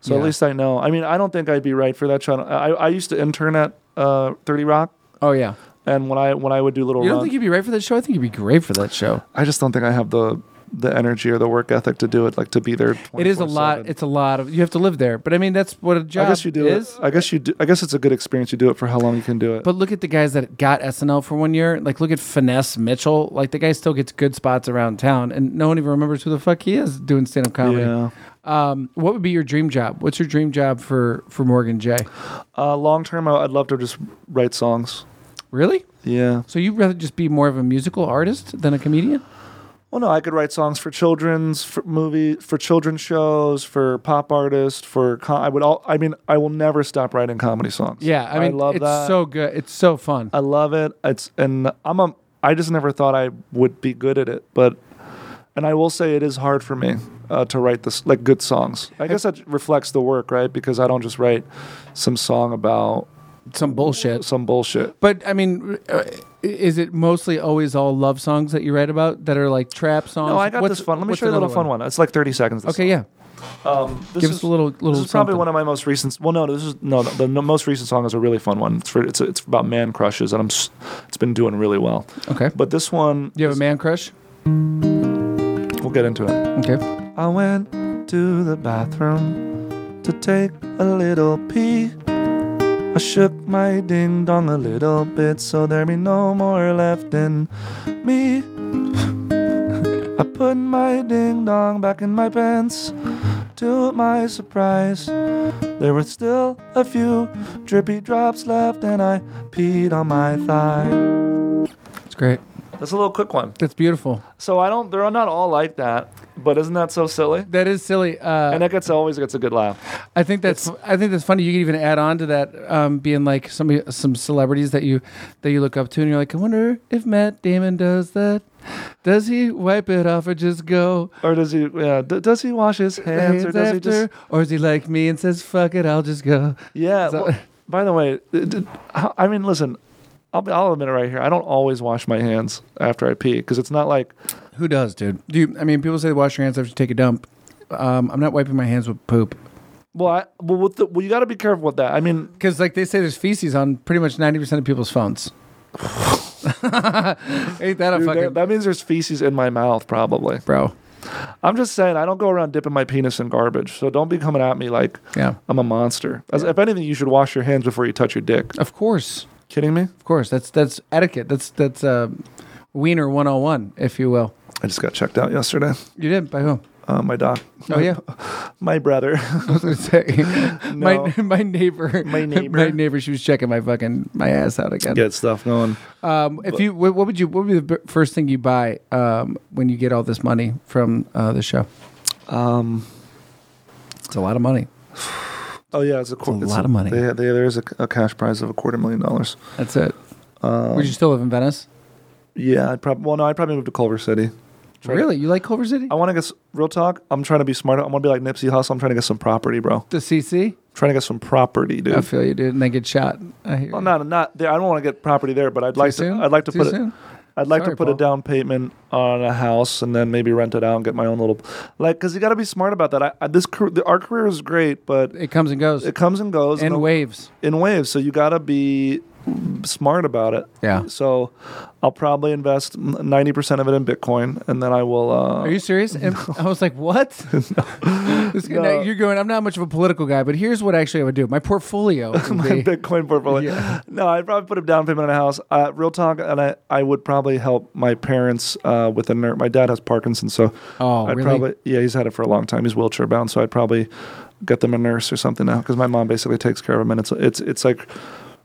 [SPEAKER 3] So
[SPEAKER 2] Yeah.
[SPEAKER 3] at least I know. I mean, I don't think I'd be right for that channel. I, I used to intern at uh, Thirty Rock,
[SPEAKER 2] oh yeah.
[SPEAKER 3] and when I when I would do little
[SPEAKER 2] You don't
[SPEAKER 3] runs-
[SPEAKER 2] think you'd be right for that show? I think you'd be great for that show.
[SPEAKER 3] I just don't think I have the the energy or the work ethic to do it. Like to be there.
[SPEAKER 2] It is a
[SPEAKER 3] 24/7.
[SPEAKER 2] lot. It's a lot of. You have to live there, but I mean that's what a job
[SPEAKER 3] I guess you do
[SPEAKER 2] is.
[SPEAKER 3] it. I guess you do. I guess it's a good experience. You do it for how long you can do it.
[SPEAKER 2] But look at the guys that got SNL for one year. Like look at Finesse Mitchell. Like the guy still gets good spots around town, and no one even remembers who the fuck he is doing stand up comedy.
[SPEAKER 3] yeah,
[SPEAKER 2] Um, what would be your dream job? What's your dream job for for Morgan J?
[SPEAKER 3] uh, long term, I- I'd love to just write songs.
[SPEAKER 2] Really?
[SPEAKER 3] Yeah.
[SPEAKER 2] So you'd rather just be more of a musical artist than a comedian?
[SPEAKER 3] Well, no, I could write songs for children's for movie, for children's shows, for pop artists, for com- I would all. I mean, I will never stop writing comedy songs.
[SPEAKER 2] Yeah, I mean,
[SPEAKER 3] love
[SPEAKER 2] it's
[SPEAKER 3] that.
[SPEAKER 2] so good. It's so fun.
[SPEAKER 3] I love it. It's and I'm a. I just never thought I would be good at it, but and I will say it is hard for me uh, to write this like good songs. I guess that reflects the work, right? Because I don't just write some song about
[SPEAKER 2] Some bullshit.
[SPEAKER 3] some bullshit.
[SPEAKER 2] But I mean, uh, is it mostly always all love songs that you write about that are like trap songs?
[SPEAKER 3] No, I got
[SPEAKER 2] What's-
[SPEAKER 3] this fun. Let me
[SPEAKER 2] what's
[SPEAKER 3] show you a little
[SPEAKER 2] another
[SPEAKER 3] fun one. It's like 30 seconds. This
[SPEAKER 2] Okay, yeah.
[SPEAKER 3] song. Um, this
[SPEAKER 2] Give
[SPEAKER 3] is,
[SPEAKER 2] us a little little.
[SPEAKER 3] This is probably
[SPEAKER 2] something.
[SPEAKER 3] one of my most recent. Well, no, this is no. The, the most recent song is a really fun one. It's for it's it's about man crushes, and I'm s- it's been doing really well.
[SPEAKER 2] Okay.
[SPEAKER 3] But this one,
[SPEAKER 2] Do you have a man crush?
[SPEAKER 3] we'll get into it.
[SPEAKER 2] Okay.
[SPEAKER 3] I went to the bathroom to take a little pee. I shook my ding dong a little bit so there be no more left in me. I put my ding dong back in my pants. To my surprise, there were still a few drippy drops left, and I peed on my thigh.
[SPEAKER 2] It's great.
[SPEAKER 3] That's a little quick one.
[SPEAKER 2] That's beautiful.
[SPEAKER 3] So I don't. They're not all like that. But isn't that so silly?
[SPEAKER 2] That is silly. Uh,
[SPEAKER 3] And that gets always gets a good laugh.
[SPEAKER 2] I think that's I think that's funny. You could even add on to that, um, being like somebody, some celebrities that you that you look up to, and you're like, I wonder if Matt Damon does that. Does he wipe it off or just go
[SPEAKER 3] Or does he? Yeah. D- does he wash his hands,
[SPEAKER 2] hands
[SPEAKER 3] or does he
[SPEAKER 2] after,
[SPEAKER 3] just?
[SPEAKER 2] or is he like me and says, "Fuck it, I'll just go."
[SPEAKER 3] Yeah.
[SPEAKER 2] So-
[SPEAKER 3] well, by the way, it- it- I mean, listen, I'll, be- I'll admit it right here. I don't always wash my hands after I pee because it's not like
[SPEAKER 2] Who does, dude? Do you, I mean people say wash your hands after you take a dump? Um, I'm not wiping my hands with poop
[SPEAKER 3] well, I, well, with the, well, you got to be careful with that. I mean,
[SPEAKER 2] because, like they say, there's feces on pretty much ninety percent of people's phones. Ain't that a
[SPEAKER 3] dude,
[SPEAKER 2] fucking
[SPEAKER 3] that, that means there's feces in my mouth probably.
[SPEAKER 2] bro?
[SPEAKER 3] I'm just saying I don't go around dipping my penis in garbage, so don't be coming at me like
[SPEAKER 2] Yeah,
[SPEAKER 3] I'm a monster. As, If anything, you should wash your hands before you touch your dick.
[SPEAKER 2] of course.
[SPEAKER 3] Kidding me?
[SPEAKER 2] Of course, that's that's etiquette. That's that's uh, wiener one hundred and one, if you will.
[SPEAKER 3] I just got checked out yesterday.
[SPEAKER 2] You did by whom?
[SPEAKER 3] Uh, my doc,
[SPEAKER 2] Oh yeah,
[SPEAKER 3] my brother.
[SPEAKER 2] I was gonna say
[SPEAKER 3] No.
[SPEAKER 2] my my neighbor,
[SPEAKER 3] My neighbor.
[SPEAKER 2] my neighbor. She was checking my fucking my ass out again.
[SPEAKER 3] Get stuff going.
[SPEAKER 2] Um, if you what what would you what would be the b- first thing you buy um, when you get all this money from uh, the show?
[SPEAKER 3] Um,
[SPEAKER 2] It's a lot of money.
[SPEAKER 3] oh yeah, it's a, qu-
[SPEAKER 2] It's a lot of money.
[SPEAKER 3] They, they, there is a, a cash prize of a quarter million dollars.
[SPEAKER 2] That's it.
[SPEAKER 3] Um,
[SPEAKER 2] would you still live in Venice?
[SPEAKER 3] Yeah, I'd probably. Well, no, I'd probably move to Culver City. Try to-
[SPEAKER 2] Really, you like Culver City?
[SPEAKER 3] I want to get s- real talk. I'm trying to be smart. I want to be like Nipsey Hussle. I'm trying to get some property, bro.
[SPEAKER 2] the CC?
[SPEAKER 3] trying to get some property, dude.
[SPEAKER 2] I feel you, dude. And then get shot. I hear
[SPEAKER 3] well,
[SPEAKER 2] you.
[SPEAKER 3] not not there. I don't want to get property there, but I'd
[SPEAKER 2] Too
[SPEAKER 3] like
[SPEAKER 2] soon?
[SPEAKER 3] to. I'd like to
[SPEAKER 2] Too
[SPEAKER 3] put it.
[SPEAKER 2] soon?
[SPEAKER 3] I'd like
[SPEAKER 2] Sorry,
[SPEAKER 3] to put
[SPEAKER 2] Paul.
[SPEAKER 3] a down payment on a house and then maybe rent it out and get my own little like because you got to be smart about that. I, I, this car- our career is great, but
[SPEAKER 2] It comes and goes
[SPEAKER 3] it comes and goes
[SPEAKER 2] and
[SPEAKER 3] in,
[SPEAKER 2] waves.
[SPEAKER 3] in waves. So you got to be smart about it.
[SPEAKER 2] Yeah.
[SPEAKER 3] So I'll probably invest ninety percent of it in Bitcoin, and then I will. Uh,
[SPEAKER 2] Are you serious? And I was like, what? This guy- now
[SPEAKER 3] No.
[SPEAKER 2] you're going, I'm not much of a political guy, but here's what actually I would do. My portfolio would be,
[SPEAKER 3] Bitcoin portfolio. No, I'd probably put a down payment on a house. Uh, real talk, and I, I would probably help my parents uh, with a nerve. My dad has Parkinson's, so
[SPEAKER 2] Oh,
[SPEAKER 3] I'd
[SPEAKER 2] really?
[SPEAKER 3] probably yeah, he's had it for a long time. He's wheelchair bound, so I'd probably get them a nurse or something now because my mom basically takes care of him, and it's it's it's like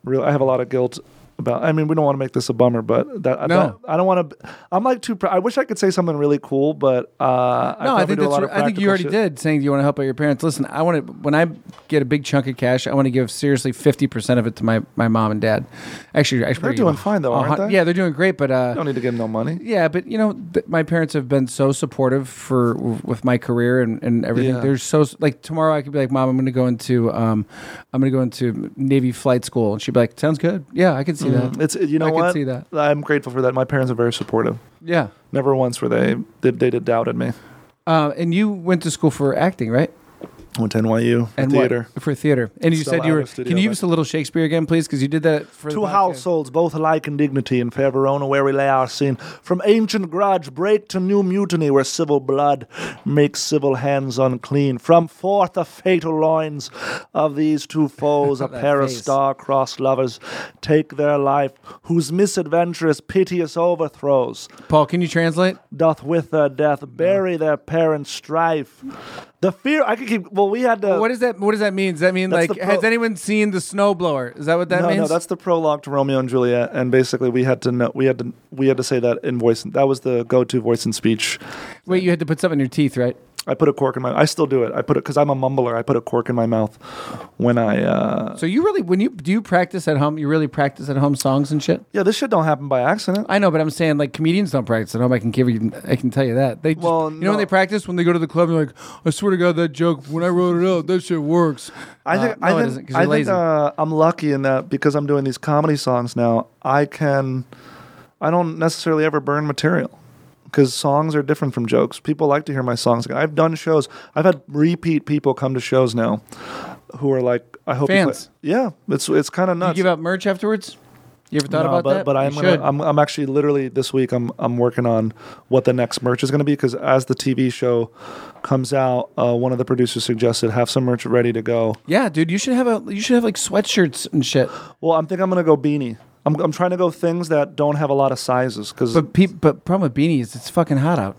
[SPEAKER 3] real. I have a lot of guilt. About, I mean, we don't want to make this a bummer, but that,
[SPEAKER 2] No.
[SPEAKER 3] that- I don't want to. I'm like too. Pr- I wish I could say something really cool, but uh,
[SPEAKER 2] No, I
[SPEAKER 3] probably
[SPEAKER 2] think
[SPEAKER 3] do a
[SPEAKER 2] that's
[SPEAKER 3] lot
[SPEAKER 2] re-
[SPEAKER 3] of
[SPEAKER 2] I think you
[SPEAKER 3] practical
[SPEAKER 2] already
[SPEAKER 3] shit.
[SPEAKER 2] did saying you want to help out your parents. Listen, I want to when I get a big chunk of cash, I want to give seriously 50% of it to my, my mom and dad. Actually, actually
[SPEAKER 3] They're doing fine though,
[SPEAKER 2] a
[SPEAKER 3] aren't
[SPEAKER 2] hun-
[SPEAKER 3] they?
[SPEAKER 2] Uh-huh. Yeah, they're doing great, but uh
[SPEAKER 3] You don't need to give them no money.
[SPEAKER 2] yeah, but you know, th- my parents have been so supportive for with my career and, and everything.
[SPEAKER 3] Yeah.
[SPEAKER 2] They're so like tomorrow I could be like, Mom, I'm going to go into um, I'm going to go into Navy flight school, and she'd be like, Sounds good. Yeah, I can see that.
[SPEAKER 3] Mm, It's you know
[SPEAKER 2] I
[SPEAKER 3] what?
[SPEAKER 2] can see that.
[SPEAKER 3] I'm grateful for that. My parents are very supportive.
[SPEAKER 2] Yeah.
[SPEAKER 3] Never once were they they, they did doubted me.
[SPEAKER 2] Uh, and you went to school for acting, right?
[SPEAKER 3] I went to NYU for
[SPEAKER 2] And what-
[SPEAKER 3] theater.
[SPEAKER 2] for theater. And you
[SPEAKER 3] Still
[SPEAKER 2] said you
[SPEAKER 3] out
[SPEAKER 2] were.
[SPEAKER 3] of studio,
[SPEAKER 2] can you give
[SPEAKER 3] but-
[SPEAKER 2] us a little Shakespeare again, please? Because you did that for
[SPEAKER 3] Two
[SPEAKER 2] the podcast.
[SPEAKER 3] households, both alike in dignity, in fair Verona, where we lay our scene. From ancient grudge break to new mutiny, where civil blood makes civil hands unclean. From forth the fatal loins of these two foes, a
[SPEAKER 2] That
[SPEAKER 3] pair of
[SPEAKER 2] face.
[SPEAKER 3] star-crossed lovers take their life, whose misadventurous, piteous overthrows
[SPEAKER 2] Paul, can you translate?
[SPEAKER 3] doth with their death bury their parents' strife. The fear I could keep. Well, we had to.
[SPEAKER 2] What is that? What does that mean? Does that mean
[SPEAKER 3] Uh, That's
[SPEAKER 2] like
[SPEAKER 3] the pro-
[SPEAKER 2] has anyone seen the snowblower? Is that what that
[SPEAKER 3] no,
[SPEAKER 2] means?
[SPEAKER 3] no, that's the prologue to Romeo and Juliet, and basically we had to know we had to we had to say that in voice. That was the go-to voice and speech.
[SPEAKER 2] Wait, you had to put something in your teeth, right?
[SPEAKER 3] I put a cork in my. I still do it. I put it because I'm a mumbler. I put a cork in my mouth when I. Uh,
[SPEAKER 2] So you really when you do you practice at home? You really practice at home songs and shit?
[SPEAKER 3] yeah, this shit don't happen by accident.
[SPEAKER 2] I know, but I'm saying like comedians don't practice at home. I can give you, I can tell you that they. Just,
[SPEAKER 3] Well,
[SPEAKER 2] you know
[SPEAKER 3] no.
[SPEAKER 2] when they practice when they go to the club, they're like, I swear to God, that joke when I wrote it out, that shit works.
[SPEAKER 3] I
[SPEAKER 2] Uh,
[SPEAKER 3] think
[SPEAKER 2] no,
[SPEAKER 3] I
[SPEAKER 2] it
[SPEAKER 3] think,
[SPEAKER 2] doesn't, 'cause
[SPEAKER 3] I
[SPEAKER 2] you're lazy.
[SPEAKER 3] think uh, I'm lucky in that because I'm doing these comedy songs now. I can, I don't necessarily ever burn material because songs are different from jokes. People like to hear my songs. I've done shows. I've had repeat people come to shows now who are like, I hope you play-
[SPEAKER 2] Fans.
[SPEAKER 3] yeah, it's it's kind of
[SPEAKER 2] Do you
[SPEAKER 3] nuts.
[SPEAKER 2] give out merch afterwards? You ever thought
[SPEAKER 3] No,
[SPEAKER 2] about
[SPEAKER 3] but,
[SPEAKER 2] that?
[SPEAKER 3] But
[SPEAKER 2] You
[SPEAKER 3] I'm,
[SPEAKER 2] should.
[SPEAKER 3] gonna, I'm I'm actually literally this week I'm I'm working on what the next merch is going to be because as the TV show comes out, uh, one of the producers suggested have some merch ready to go.
[SPEAKER 2] yeah, dude, you should have a you should have like sweatshirts and shit.
[SPEAKER 3] Well, I'm think I'm gonna go beanie. I'm, I'm trying to go things that don't have a lot of sizes because
[SPEAKER 2] But pe- but problem with beanies, it's fucking hot out.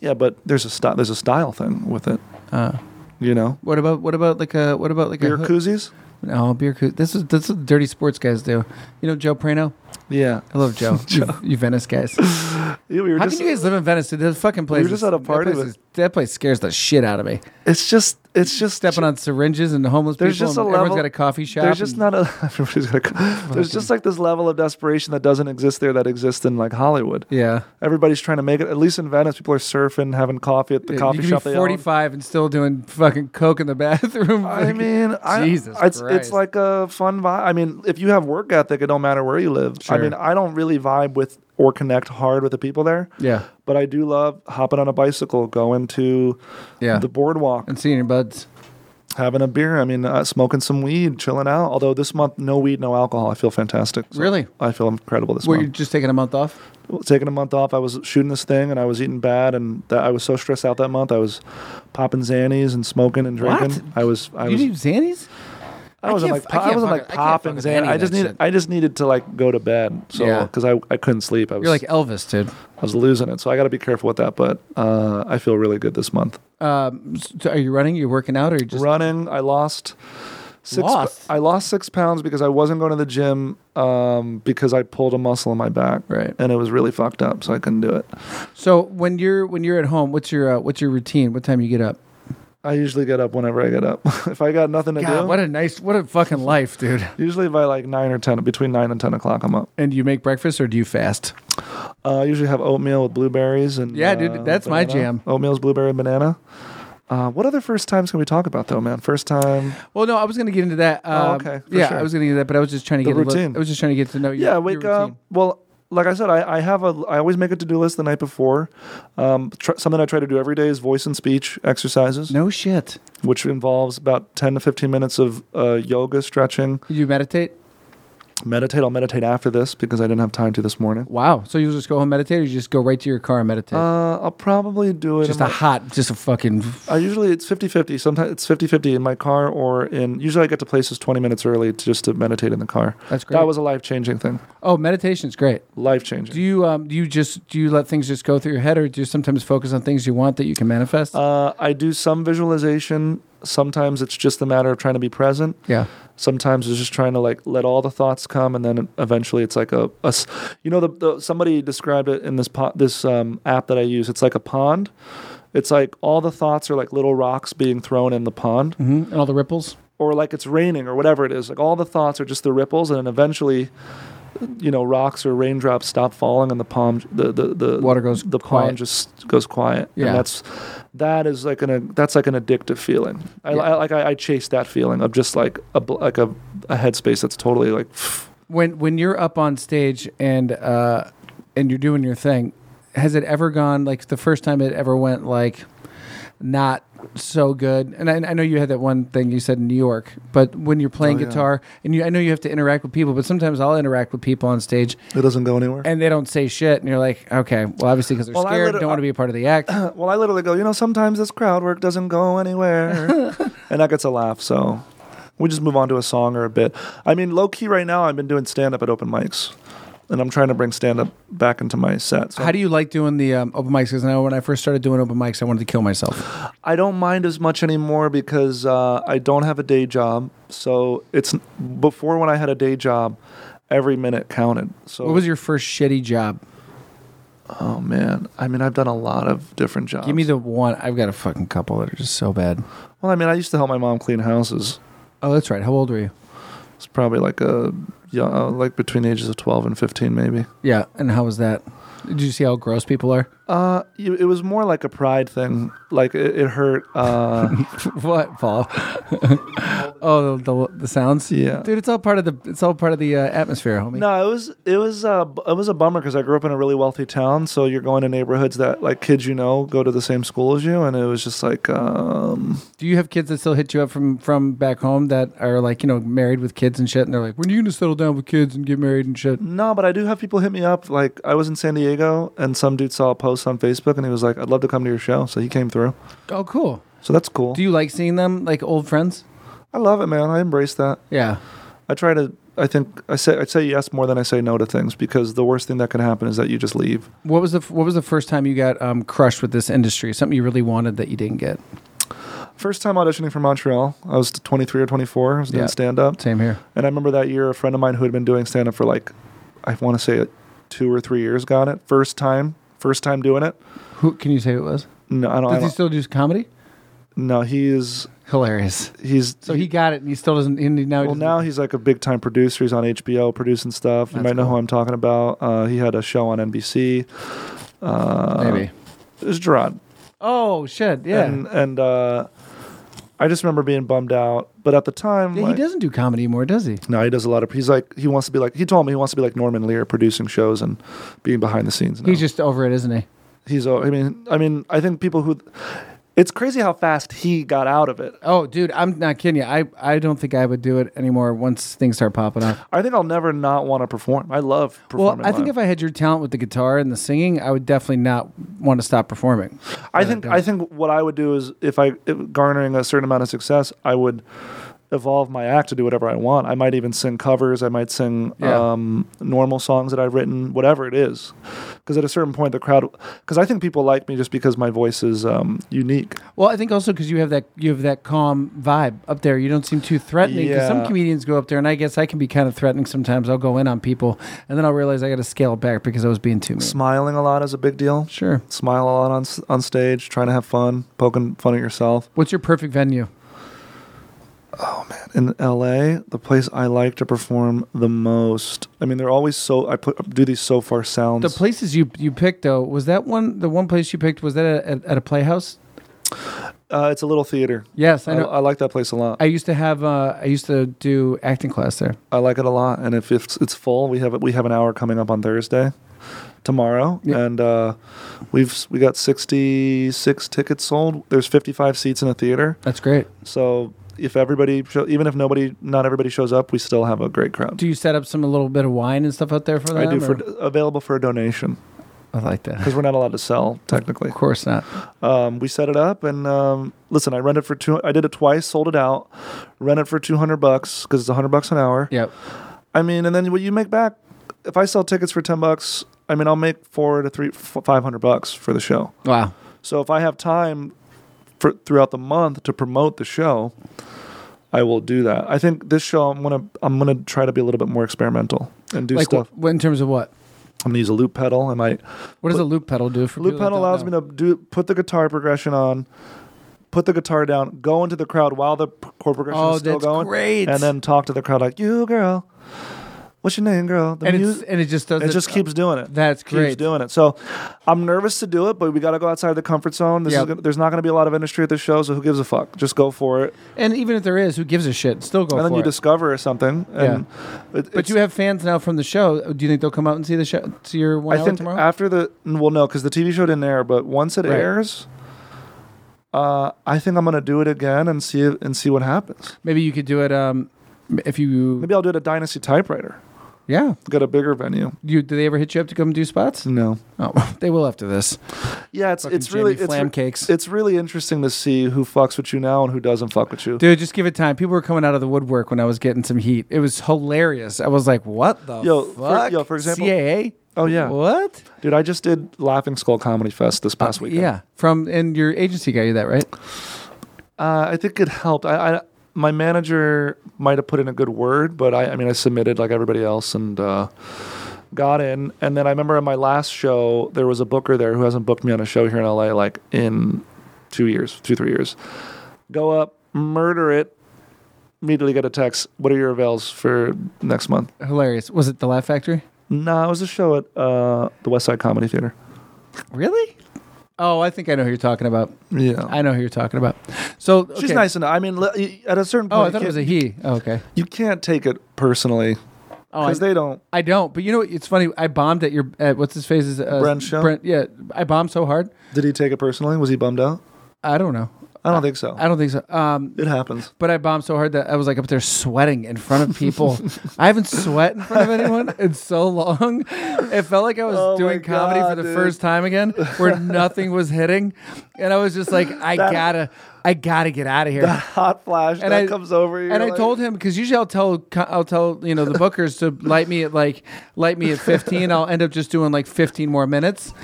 [SPEAKER 3] yeah, but there's a style there's a style thing with it.
[SPEAKER 2] Uh,
[SPEAKER 3] You know,
[SPEAKER 2] what about what about like a what about like
[SPEAKER 3] beer
[SPEAKER 2] a hood-
[SPEAKER 3] koozies.
[SPEAKER 2] No beer coo. This is this is what dirty sports guys do. You know Joe Prano.
[SPEAKER 3] Yeah.
[SPEAKER 2] I love Joe. You, you Venice guys.
[SPEAKER 3] Yeah, we were
[SPEAKER 2] How
[SPEAKER 3] just,
[SPEAKER 2] can you guys live in Venice? Dude, that fucking place.
[SPEAKER 3] were just
[SPEAKER 2] is-
[SPEAKER 3] at a
[SPEAKER 2] that
[SPEAKER 3] party
[SPEAKER 2] place
[SPEAKER 3] with-
[SPEAKER 2] is- that place scares the shit out of me.
[SPEAKER 3] it's just it's just
[SPEAKER 2] Stepping on syringes and homeless
[SPEAKER 3] There's
[SPEAKER 2] people.
[SPEAKER 3] just
[SPEAKER 2] and
[SPEAKER 3] a
[SPEAKER 2] everyone's
[SPEAKER 3] level-
[SPEAKER 2] got a coffee shop.
[SPEAKER 3] There's just
[SPEAKER 2] and-
[SPEAKER 3] not a everybody's got a, there's just like this level of desperation that doesn't exist there that exists in like Hollywood.
[SPEAKER 2] Yeah.
[SPEAKER 3] Everybody's trying to make it. At least in Venice, people are surfing, having coffee at the
[SPEAKER 2] Yeah,
[SPEAKER 3] coffee
[SPEAKER 2] you could
[SPEAKER 3] shop.
[SPEAKER 2] Be
[SPEAKER 3] they own.
[SPEAKER 2] 45 and still doing fucking coke in the bathroom.
[SPEAKER 3] I
[SPEAKER 2] Like,
[SPEAKER 3] mean, I,
[SPEAKER 2] Jesus
[SPEAKER 3] it's
[SPEAKER 2] Christ.
[SPEAKER 3] it's like a fun vibe. I mean, if you have work ethic, it don't matter where you live.
[SPEAKER 2] Sure.
[SPEAKER 3] I mean, I don't really vibe with or connect hard with the people there,
[SPEAKER 2] yeah,
[SPEAKER 3] but I do love hopping on a bicycle, going to
[SPEAKER 2] yeah.
[SPEAKER 3] the boardwalk,
[SPEAKER 2] and seeing your buds.
[SPEAKER 3] having a beer. I mean, uh, smoking some weed, chilling out. Although this month, no weed, no alcohol. I feel fantastic. So
[SPEAKER 2] Really?
[SPEAKER 3] I feel incredible this
[SPEAKER 2] Were you
[SPEAKER 3] month.
[SPEAKER 2] just taking a month off?
[SPEAKER 3] Well, taking a month off, I was shooting this thing and I was eating bad, and that I was so stressed out that month. I was popping Xannies and smoking and
[SPEAKER 2] What?
[SPEAKER 3] drinking. I was, I
[SPEAKER 2] you
[SPEAKER 3] was,
[SPEAKER 2] do Xannies?
[SPEAKER 3] I wasn't
[SPEAKER 2] can't
[SPEAKER 3] like,
[SPEAKER 2] f- I
[SPEAKER 3] I,
[SPEAKER 2] can't fucking-
[SPEAKER 3] wasn't like
[SPEAKER 2] I can't
[SPEAKER 3] popping
[SPEAKER 2] fucking any of
[SPEAKER 3] Xannies. I just
[SPEAKER 2] that
[SPEAKER 3] needed,
[SPEAKER 2] shit.
[SPEAKER 3] I just needed to like go to bed, so
[SPEAKER 2] Yeah.
[SPEAKER 3] because I, I couldn't sleep. I was
[SPEAKER 2] You're like Elvis, dude.
[SPEAKER 3] I was losing it, so I got to be careful with that. But uh, I feel really good this month.
[SPEAKER 2] Um, so are you running? You're working out, or you just
[SPEAKER 3] running. I lost six.
[SPEAKER 2] Lost?
[SPEAKER 3] I lost six pounds because I wasn't going to the gym um, because I pulled a muscle in my back,
[SPEAKER 2] right?
[SPEAKER 3] and it was really fucked up, so I couldn't do it.
[SPEAKER 2] So when you're when you're at home, what's your uh, what's your routine? What time you get up?
[SPEAKER 3] I usually get up whenever I get up. if I got nothing to
[SPEAKER 2] God,
[SPEAKER 3] do,
[SPEAKER 2] what a nice, what a fucking life, dude.
[SPEAKER 3] usually by like nine or ten, between nine and ten o'clock, I'm up.
[SPEAKER 2] And do you make breakfast or do you fast?
[SPEAKER 3] Uh, I usually have oatmeal with blueberries and
[SPEAKER 2] Yeah, dude,
[SPEAKER 3] uh,
[SPEAKER 2] that's my
[SPEAKER 3] banana.
[SPEAKER 2] jam.
[SPEAKER 3] Oatmeal's blueberry and banana. Uh, what other first times can we talk about though, man? First time,
[SPEAKER 2] Well, no, I was gonna get into that.
[SPEAKER 3] Oh,
[SPEAKER 2] Um,
[SPEAKER 3] okay, for
[SPEAKER 2] yeah,
[SPEAKER 3] sure.
[SPEAKER 2] I was gonna get into that, but I was just trying to
[SPEAKER 3] The
[SPEAKER 2] get a little-
[SPEAKER 3] routine.
[SPEAKER 2] I was just trying to get to know you.
[SPEAKER 3] yeah. Wake up. Well, like I said, I, I have a I always make a to do list the night before. Um, tr- something I try to do every day is voice and speech exercises,
[SPEAKER 2] No shit.
[SPEAKER 3] which involves about ten to fifteen minutes of uh, yoga, stretching,
[SPEAKER 2] You meditate?
[SPEAKER 3] meditate. I'll meditate after this because I didn't have time to this morning.
[SPEAKER 2] Wow. So you just go home meditate, or you just go right to your car and meditate?
[SPEAKER 3] Uh, I'll probably do it.
[SPEAKER 2] just
[SPEAKER 3] in
[SPEAKER 2] a
[SPEAKER 3] my-
[SPEAKER 2] hot, just a fucking.
[SPEAKER 3] I usually it's 50-50. Sometimes it's 50-50 in my car or in usually I get to places 20 minutes early to, just to meditate in the car.
[SPEAKER 2] That's great.
[SPEAKER 3] That was a life-changing thing.
[SPEAKER 2] oh, meditation's great.
[SPEAKER 3] Life-changing.
[SPEAKER 2] Do you um do you just do you let things just go through your head, or do you sometimes focus on things you want that you can manifest?
[SPEAKER 3] uh, I do some visualization. Sometimes it's just a matter of trying to be present.
[SPEAKER 2] yeah.
[SPEAKER 3] Sometimes it's just trying to like let all the thoughts come, and then eventually it's like a, a s- you know, the, the somebody described it in this po- this um, app that I use. It's like a pond. It's like all the thoughts are like little rocks being thrown in the pond.
[SPEAKER 2] hmm And all the ripples.
[SPEAKER 3] or like it's raining or whatever it is. Like all the thoughts are just the ripples, and then eventually, you know, rocks or raindrops stop falling, and the palm, the the, the
[SPEAKER 2] Water goes
[SPEAKER 3] the
[SPEAKER 2] quiet.
[SPEAKER 3] pond just goes quiet.
[SPEAKER 2] Yeah.
[SPEAKER 3] and that's that is like an that's like an addictive feeling. I,
[SPEAKER 2] Yeah.
[SPEAKER 3] I like I, I chase that feeling of just like a bl- like a, a headspace that's totally like
[SPEAKER 2] When when you're up on stage and uh and you're doing your thing, has it ever gone like the first time it ever went like not so good? And I, I know you had that one thing you said in New York, but when you're playing
[SPEAKER 3] Oh, yeah.
[SPEAKER 2] guitar and you I know you have to interact with people, but sometimes I'll interact with people on stage
[SPEAKER 3] it doesn't go anywhere.
[SPEAKER 2] and they don't say shit, and you're like, okay, well, obviously because they're
[SPEAKER 3] Well, I
[SPEAKER 2] scared,
[SPEAKER 3] literally-
[SPEAKER 2] don't want to be a part of the act.
[SPEAKER 3] well, I literally go, you know, sometimes this crowd work doesn't go anywhere, and that gets a laugh. So. We just move on to a song or a bit. I mean, low key right now, I've been doing stand up at open mics, and I'm trying to bring stand up back into my set. So
[SPEAKER 2] How do you like doing the um, open mics? Because I know when I first started doing open mics, I wanted to kill myself.
[SPEAKER 3] I don't mind as much anymore because uh, I don't have a day job. So it's before when I had a day job, every minute counted. So
[SPEAKER 2] What was your first shitty job?
[SPEAKER 3] oh man, I mean, I've done a lot of different jobs.
[SPEAKER 2] Give me the one. I've got a fucking couple that are just so bad.
[SPEAKER 3] well, I mean, I used to help my mom clean houses.
[SPEAKER 2] Oh, that's right. How old were you?
[SPEAKER 3] It's probably like a yeah, uh, like between ages of twelve and fifteen, maybe.
[SPEAKER 2] Yeah, and how was that? Did you see how gross people are?
[SPEAKER 3] Uh, you, it was more like a pride thing. Like it, it hurt. Uh,
[SPEAKER 2] what, Paul? oh, the, the, the sounds.
[SPEAKER 3] yeah.
[SPEAKER 2] Dude, it's all part of the it's all part of the uh, atmosphere, homie.
[SPEAKER 3] No, it was it was uh, b- it was a bummer because I grew up in a really wealthy town, so you're going to neighborhoods that like kids you know go to the same school as you, and it was just like um,
[SPEAKER 2] Do you have kids that still hit you up from from back home that are like you know married with kids and shit, and they're like, when are you gonna settle down with kids and get married and shit?
[SPEAKER 3] no. But I do have people hit me up. Like I was in San Diego, and some dude saw a post on Facebook, and he was like, "I'd love to come to your show," so he came through.
[SPEAKER 2] Oh, cool.
[SPEAKER 3] So that's cool.
[SPEAKER 2] Do you like seeing them like old friends?
[SPEAKER 3] I love it, man. I embrace that.
[SPEAKER 2] Yeah.
[SPEAKER 3] I try to. I think I say I say yes more than I say no to things because the worst thing that can happen is that you just leave.
[SPEAKER 2] What was the What was the first time you got um, crushed with this industry? Something you really wanted that you didn't get.
[SPEAKER 3] First time auditioning for Montreal, I was 23 or 24. I was doing
[SPEAKER 2] Yeah.
[SPEAKER 3] stand up.
[SPEAKER 2] Same here.
[SPEAKER 3] And I remember that year, a friend of mine who had been doing stand up for like I want to say two or three years. Got it. First time. First time doing it.
[SPEAKER 2] Who can you say who it was?
[SPEAKER 3] No, I don't.
[SPEAKER 2] Does
[SPEAKER 3] I
[SPEAKER 2] he
[SPEAKER 3] don't
[SPEAKER 2] still do comedy?
[SPEAKER 3] no, he's
[SPEAKER 2] Hilarious.
[SPEAKER 3] he's
[SPEAKER 2] So he got it, and he still doesn't. And he- now he
[SPEAKER 3] Well,
[SPEAKER 2] doesn't-
[SPEAKER 3] now he's like a big time producer. He's on HBO producing stuff. you
[SPEAKER 2] That's
[SPEAKER 3] might know who
[SPEAKER 2] cool.
[SPEAKER 3] I'm talking about. Uh, he had a show on NBC. Uh,
[SPEAKER 2] maybe.
[SPEAKER 3] It was Gerard.
[SPEAKER 2] Oh shit! Yeah,
[SPEAKER 3] And, and uh, I just remember being bummed out. But at the time,
[SPEAKER 2] yeah. He
[SPEAKER 3] like-
[SPEAKER 2] doesn't do comedy anymore, does he?
[SPEAKER 3] No, he does a lot of. He's like he wants to be like. He told me he wants to be like Norman Lear, producing shows and being behind the scenes. now.
[SPEAKER 2] He's just over it, isn't he?
[SPEAKER 3] He's. all- I mean. I mean. I think people who. It's crazy how fast he got out of it.
[SPEAKER 2] Oh, dude, I'm not kidding you. I, I don't think I would do it anymore once things start popping up.
[SPEAKER 3] I think I'll never not want to perform. I love
[SPEAKER 2] Well,
[SPEAKER 3] performing.
[SPEAKER 2] I think
[SPEAKER 3] live.
[SPEAKER 2] if I had your talent with the guitar and the singing, I would definitely not want to stop performing.
[SPEAKER 3] I think I think what I would do is if I if garnering a certain amount of success, I would evolve my act to do whatever I want. I might even sing covers. I might sing
[SPEAKER 2] Yeah.
[SPEAKER 3] um, normal songs that I've written, whatever it is. Because at a certain point, the crowd. Because I think people like me just because my voice is um, unique.
[SPEAKER 2] Well, I think also because you have that you have that calm vibe up there. You don't seem too threatening. 'cause some
[SPEAKER 3] Yeah.
[SPEAKER 2] comedians go up there, and I guess I can be kind of threatening sometimes. I'll go in on people, and then I'll realize I got to scale it back because I was being too mean.
[SPEAKER 3] Smiling a lot is a big deal.
[SPEAKER 2] Sure.
[SPEAKER 3] Smile a lot on s- on stage, trying to have fun, poking fun at yourself.
[SPEAKER 2] What's your perfect venue?
[SPEAKER 3] in LA, the place I like to perform the most. I mean, they're always so I put do these so far sounds.
[SPEAKER 2] The places you you picked though was that one. The one place you picked was that at, at, at a playhouse.
[SPEAKER 3] uh, it's a little theater.
[SPEAKER 2] Yes,
[SPEAKER 3] I,
[SPEAKER 2] I know.
[SPEAKER 3] I like that place a lot.
[SPEAKER 2] I used to have uh, I used to do acting class there.
[SPEAKER 3] I like it a lot. And if it's it's full, we have we have an hour coming up on Thursday, tomorrow,
[SPEAKER 2] Yeah.
[SPEAKER 3] and uh, we've s- we got sixty six tickets sold. There's fifty five seats in a theater,
[SPEAKER 2] That's great.
[SPEAKER 3] so if everybody show, even if nobody not everybody shows up, we still have a great crowd.
[SPEAKER 2] Do you set up some a little bit of wine and stuff out there for them?
[SPEAKER 3] I do for
[SPEAKER 2] or-
[SPEAKER 3] available for a donation
[SPEAKER 2] I like that.
[SPEAKER 3] because we're not allowed to sell technically.
[SPEAKER 2] Of course not.
[SPEAKER 3] Um, we set it up and um, listen. I rented for two. I did it twice, sold it out. Rent it for two hundred bucks because it's hundred bucks an hour.
[SPEAKER 2] Yep.
[SPEAKER 3] I mean, and then what you make back? If I sell tickets for ten bucks, I mean, I'll make four to three, five hundred bucks for the show.
[SPEAKER 2] Wow.
[SPEAKER 3] So if I have time for throughout the month to promote the show, I will do that. I think this show, I'm gonna, I'm gonna try to be a little bit more experimental and do
[SPEAKER 2] like
[SPEAKER 3] stuff.
[SPEAKER 2] wh- in terms of what?
[SPEAKER 3] I'm gonna use a loop pedal. I might
[SPEAKER 2] What does a loop pedal do for
[SPEAKER 3] Loop pedal allows me to do put the guitar progression on, put the guitar down, go into the crowd while the p- chord progression
[SPEAKER 2] Oh,
[SPEAKER 3] is still
[SPEAKER 2] that's
[SPEAKER 3] going,
[SPEAKER 2] great.
[SPEAKER 3] and then talk to the crowd like, "You girl, what's your name, girl?" The
[SPEAKER 2] and
[SPEAKER 3] mu-
[SPEAKER 2] it's and it just does
[SPEAKER 3] it just keeps doing it.
[SPEAKER 2] That's
[SPEAKER 3] keeps
[SPEAKER 2] great.
[SPEAKER 3] doing it. So I'm nervous to do it, but we got to go outside the comfort zone. This
[SPEAKER 2] Yep.
[SPEAKER 3] is gonna, there's not going to be a lot of industry at this show, so who gives a fuck? Just go for it,
[SPEAKER 2] And even if there is, who gives a shit? Still go
[SPEAKER 3] and then
[SPEAKER 2] for
[SPEAKER 3] you
[SPEAKER 2] it.
[SPEAKER 3] discover something. And it-
[SPEAKER 2] but
[SPEAKER 3] it's-
[SPEAKER 2] you have fans now from the show. Do you think they'll come out and see the show? See your one
[SPEAKER 3] I
[SPEAKER 2] hour
[SPEAKER 3] think
[SPEAKER 2] tomorrow?
[SPEAKER 3] after the well, no, because the TV show didn't air. But once it
[SPEAKER 2] Right.
[SPEAKER 3] airs, uh, I think I'm gonna do it again and see it, and see what happens.
[SPEAKER 2] Maybe you could do it. Um, if you
[SPEAKER 3] Maybe I'll do it at Dynasty Typewriter.
[SPEAKER 2] yeah,
[SPEAKER 3] Got a bigger venue.
[SPEAKER 2] you do they ever hit you up to come do spots?
[SPEAKER 3] No.
[SPEAKER 2] Oh, they will after this.
[SPEAKER 3] Yeah, it's
[SPEAKER 2] Fucking
[SPEAKER 3] it's really
[SPEAKER 2] Jamie
[SPEAKER 3] it's,
[SPEAKER 2] flam
[SPEAKER 3] re-
[SPEAKER 2] cakes.
[SPEAKER 3] it's really interesting to see who fucks with you now and who doesn't fuck with you.
[SPEAKER 2] Dude, just give it time. People were coming out of the woodwork when I was getting some heat. It was hilarious. I was like, "What the
[SPEAKER 3] Yo, for-
[SPEAKER 2] fuck?"
[SPEAKER 3] yo, for example-
[SPEAKER 2] CAA.
[SPEAKER 3] Oh yeah,
[SPEAKER 2] What?
[SPEAKER 3] dude! I just did Laughing Skull Comedy Fest this past weekend.
[SPEAKER 2] Uh, Yeah, from and your agency got you that right?
[SPEAKER 3] Uh, I think it helped. I, I my manager might have put in a good word, but I, I mean, I submitted like everybody else and uh, got in. And then I remember in my last show, there was a booker there who hasn't booked me on a show here in LA like in two years, two three years. Go up, murder it. Immediately get a text. What are your avails for next month?
[SPEAKER 2] Hilarious. Was it the Laugh Factory?
[SPEAKER 3] No, it was a show at uh, the West Side Comedy Theater.
[SPEAKER 2] Really? Oh, I think I know who you're talking about.
[SPEAKER 3] Yeah,
[SPEAKER 2] I know who you're talking about. So
[SPEAKER 3] she's
[SPEAKER 2] okay.
[SPEAKER 3] nice enough. I mean, li- at a certain point,
[SPEAKER 2] Oh, I
[SPEAKER 3] you
[SPEAKER 2] thought it
[SPEAKER 3] can't-
[SPEAKER 2] was a he. Oh, okay.
[SPEAKER 3] you can't take it personally
[SPEAKER 2] Oh, I,
[SPEAKER 3] because they don't.
[SPEAKER 2] I don't. But you know what? It's funny. I bombed at your at what's his face is uh,
[SPEAKER 3] Brent show?
[SPEAKER 2] yeah, I bombed so hard.
[SPEAKER 3] Did he take it personally? Was he bummed out?
[SPEAKER 2] I don't know.
[SPEAKER 3] I don't think so.
[SPEAKER 2] I don't think so. Um,
[SPEAKER 3] it happens.
[SPEAKER 2] but I bombed so hard that I was like up there sweating in front of people. I haven't sweat in front of anyone in so long. It felt like I was
[SPEAKER 3] Oh my
[SPEAKER 2] doing comedy for
[SPEAKER 3] God,
[SPEAKER 2] the
[SPEAKER 3] dude.
[SPEAKER 2] first time again, where nothing was hitting, and I was just like, I
[SPEAKER 3] That-
[SPEAKER 2] gotta, I gotta get out of here.
[SPEAKER 3] Hot flash
[SPEAKER 2] And
[SPEAKER 3] that
[SPEAKER 2] I-
[SPEAKER 3] comes over you.
[SPEAKER 2] and I told him because usually I'll tell co- I'll tell you know the bookers to light me at like light me at fifteen. I'll end up just doing like fifteen more minutes.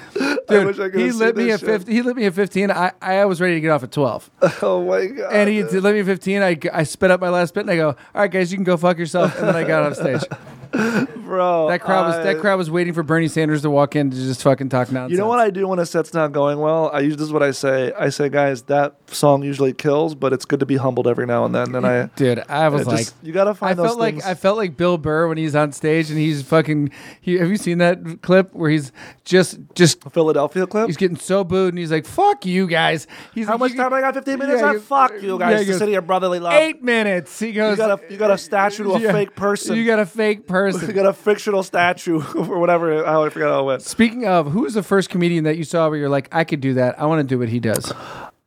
[SPEAKER 2] Dude,
[SPEAKER 3] wish I could've
[SPEAKER 2] he
[SPEAKER 3] seen
[SPEAKER 2] lit me
[SPEAKER 3] this
[SPEAKER 2] at
[SPEAKER 3] shit.
[SPEAKER 2] fifteen. He lit me at fifteen. I, I was ready to get off at twelve,
[SPEAKER 3] "Oh my god!"
[SPEAKER 2] and he did lit me at fifteen. I I spit up my last bit, and I go, "All right, guys, you can go fuck yourself." And then I got off stage.
[SPEAKER 3] bro.
[SPEAKER 2] That crowd was that
[SPEAKER 3] I-
[SPEAKER 2] crowd was waiting for Bernie Sanders to walk in to just fucking talk nonsense.
[SPEAKER 3] You know what I do when a set's not going well? I use this is what I say. I say, guys, that song usually kills, but it's good to be humbled every now and then. And I,
[SPEAKER 2] Dude, I was
[SPEAKER 3] I
[SPEAKER 2] like,
[SPEAKER 3] just, you gotta
[SPEAKER 2] I
[SPEAKER 3] find those
[SPEAKER 2] felt like
[SPEAKER 3] things.
[SPEAKER 2] I felt like Bill Burr when he's on stage and he's fucking. He, have you seen that clip where he's just just
[SPEAKER 3] Philadelphia clip.
[SPEAKER 2] he's getting so booed and he's like, "Fuck you guys." He's
[SPEAKER 3] How
[SPEAKER 2] like,
[SPEAKER 3] much
[SPEAKER 2] "You-
[SPEAKER 3] time I got? Fifteen minutes.
[SPEAKER 2] Yeah,
[SPEAKER 3] I
[SPEAKER 2] you-
[SPEAKER 3] fuck you guys.
[SPEAKER 2] yeah, he
[SPEAKER 3] the
[SPEAKER 2] goes,
[SPEAKER 3] city of brotherly love.
[SPEAKER 2] Eight minutes. He goes.
[SPEAKER 3] You got a you got a statue to a
[SPEAKER 2] Yeah.
[SPEAKER 3] fake person.
[SPEAKER 2] You got a fake
[SPEAKER 3] You
[SPEAKER 2] person.
[SPEAKER 3] got a fictional statue or whatever. How I forgot how it went.
[SPEAKER 2] Speaking of, who was the first comedian that you saw where you're like, I could do that. I want to do what he does.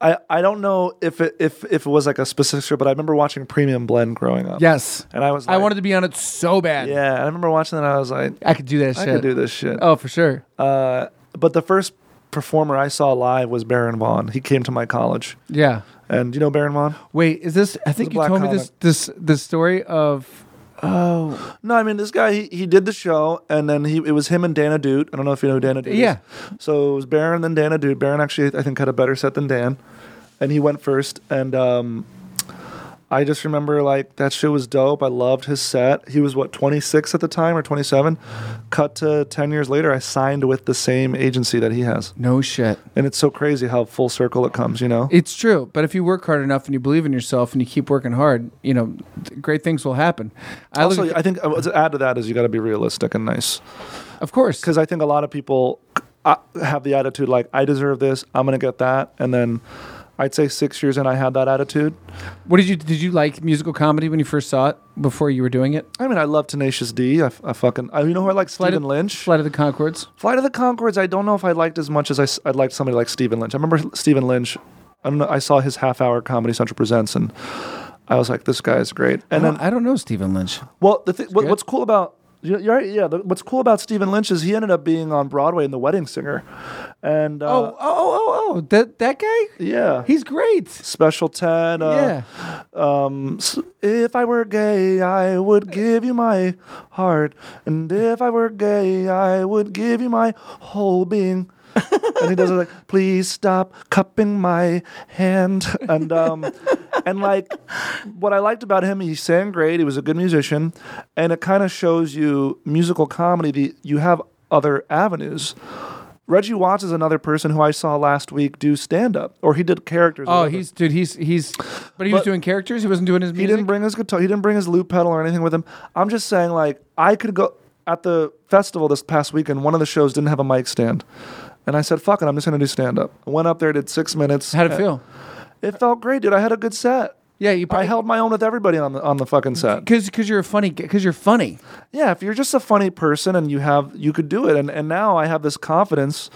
[SPEAKER 3] I, I don't know if it if if it was like a specific show, but I remember watching Premium Blend growing up.
[SPEAKER 2] Yes,
[SPEAKER 3] and I was. Like,
[SPEAKER 2] I wanted to be on it so bad.
[SPEAKER 3] Yeah, I remember watching that. and I was like,
[SPEAKER 2] I could do that
[SPEAKER 3] I
[SPEAKER 2] shit.
[SPEAKER 3] could do this shit.
[SPEAKER 2] Oh, for sure.
[SPEAKER 3] Uh, but the first performer I saw live was Baron Vaughn. He came to my college,
[SPEAKER 2] Yeah.
[SPEAKER 3] and you know Baron Vaughn.
[SPEAKER 2] Wait, is this? I think
[SPEAKER 3] The
[SPEAKER 2] you
[SPEAKER 3] Black
[SPEAKER 2] told me this this this story of. Oh
[SPEAKER 3] No, I mean this guy. He, he did the show, and then he it was him and Dana Dude. I don't know if you know who Dana Dude.
[SPEAKER 2] Yeah.
[SPEAKER 3] So it was Baron then Dana Dude. Baron actually I think had a better set than Dan, and he went first. And um, I just remember like that shit was dope. I loved his set. He was what 26 at the time or 27. Cut to 10 years later, I signed with the same agency that he has,
[SPEAKER 2] no, shit.
[SPEAKER 3] and it's so crazy how full circle it comes. You know.
[SPEAKER 2] It's true, but if you work hard enough and you believe in yourself and you keep working hard, you know, th- great things will happen. I
[SPEAKER 3] also,
[SPEAKER 2] look, at-
[SPEAKER 3] I think uh, to add to that is you got to be realistic and nice
[SPEAKER 2] of course,
[SPEAKER 3] because I think a lot of people uh, have the attitude like I deserve this, I'm gonna get that, and then I'd say six years and I had that attitude.
[SPEAKER 2] What did you did you like musical comedy when you first saw it before you were doing it?
[SPEAKER 3] I mean, I love Tenacious D. I, f- I fucking I, you know who I like
[SPEAKER 2] Flight of-
[SPEAKER 3] Stephen Lynch.
[SPEAKER 2] Flight of the Concords.
[SPEAKER 3] Flight of the Concords. I don't know if I liked as much as I, s- I liked somebody like Stephen Lynch. I remember Stephen Lynch. I don't know. I saw his half hour Comedy Central presents and. I was like, this guy's great. And
[SPEAKER 2] I
[SPEAKER 3] then Uh,
[SPEAKER 2] don't, I don't know Stephen Lynch.
[SPEAKER 3] Well, the th- what,
[SPEAKER 2] Uh-huh. good.
[SPEAKER 3] what's cool about you- you're right, yeah, the, what's cool about Stephen Lynch is he ended up being on Broadway in The Wedding Singer, and uh,
[SPEAKER 2] oh, oh, oh, oh, oh, that that guy.
[SPEAKER 3] yeah,
[SPEAKER 2] He's great.
[SPEAKER 3] Special Ted. Uh,
[SPEAKER 2] yeah.
[SPEAKER 3] Um, s- if I were gay, I would give you my heart, and if I were gay, I would give you my whole being. and he does it like, please stop cupping my hand, and um, and like, what I liked about him, he sang great. He was a good musician, and it kind of shows you musical comedy. The you have other avenues. Reggie Watts is another person who I saw last week do stand up, or he did characters. or
[SPEAKER 2] Oh,
[SPEAKER 3] whatever.
[SPEAKER 2] he's dude. He's he's. But he was
[SPEAKER 3] But-
[SPEAKER 2] doing characters. He wasn't doing his
[SPEAKER 3] He
[SPEAKER 2] music.
[SPEAKER 3] didn't bring his guitar. He didn't bring his loop pedal or anything with him. I'm just saying, like, I could go at the festival this past weekend. One of the shows didn't have a mic stand, and I said, "Fuck it, I'm just gonna do stand up." I went up there, did six minutes. Uh,
[SPEAKER 2] How'd it feel?
[SPEAKER 3] It felt great, dude. I had a good set.
[SPEAKER 2] Yeah, you
[SPEAKER 3] I
[SPEAKER 2] probably
[SPEAKER 3] held my own with everybody on the on the fucking set.
[SPEAKER 2] because because you're a funny because you're funny.
[SPEAKER 3] Yeah, if you're just a funny person and you have you could do it, and and now I have this confidence.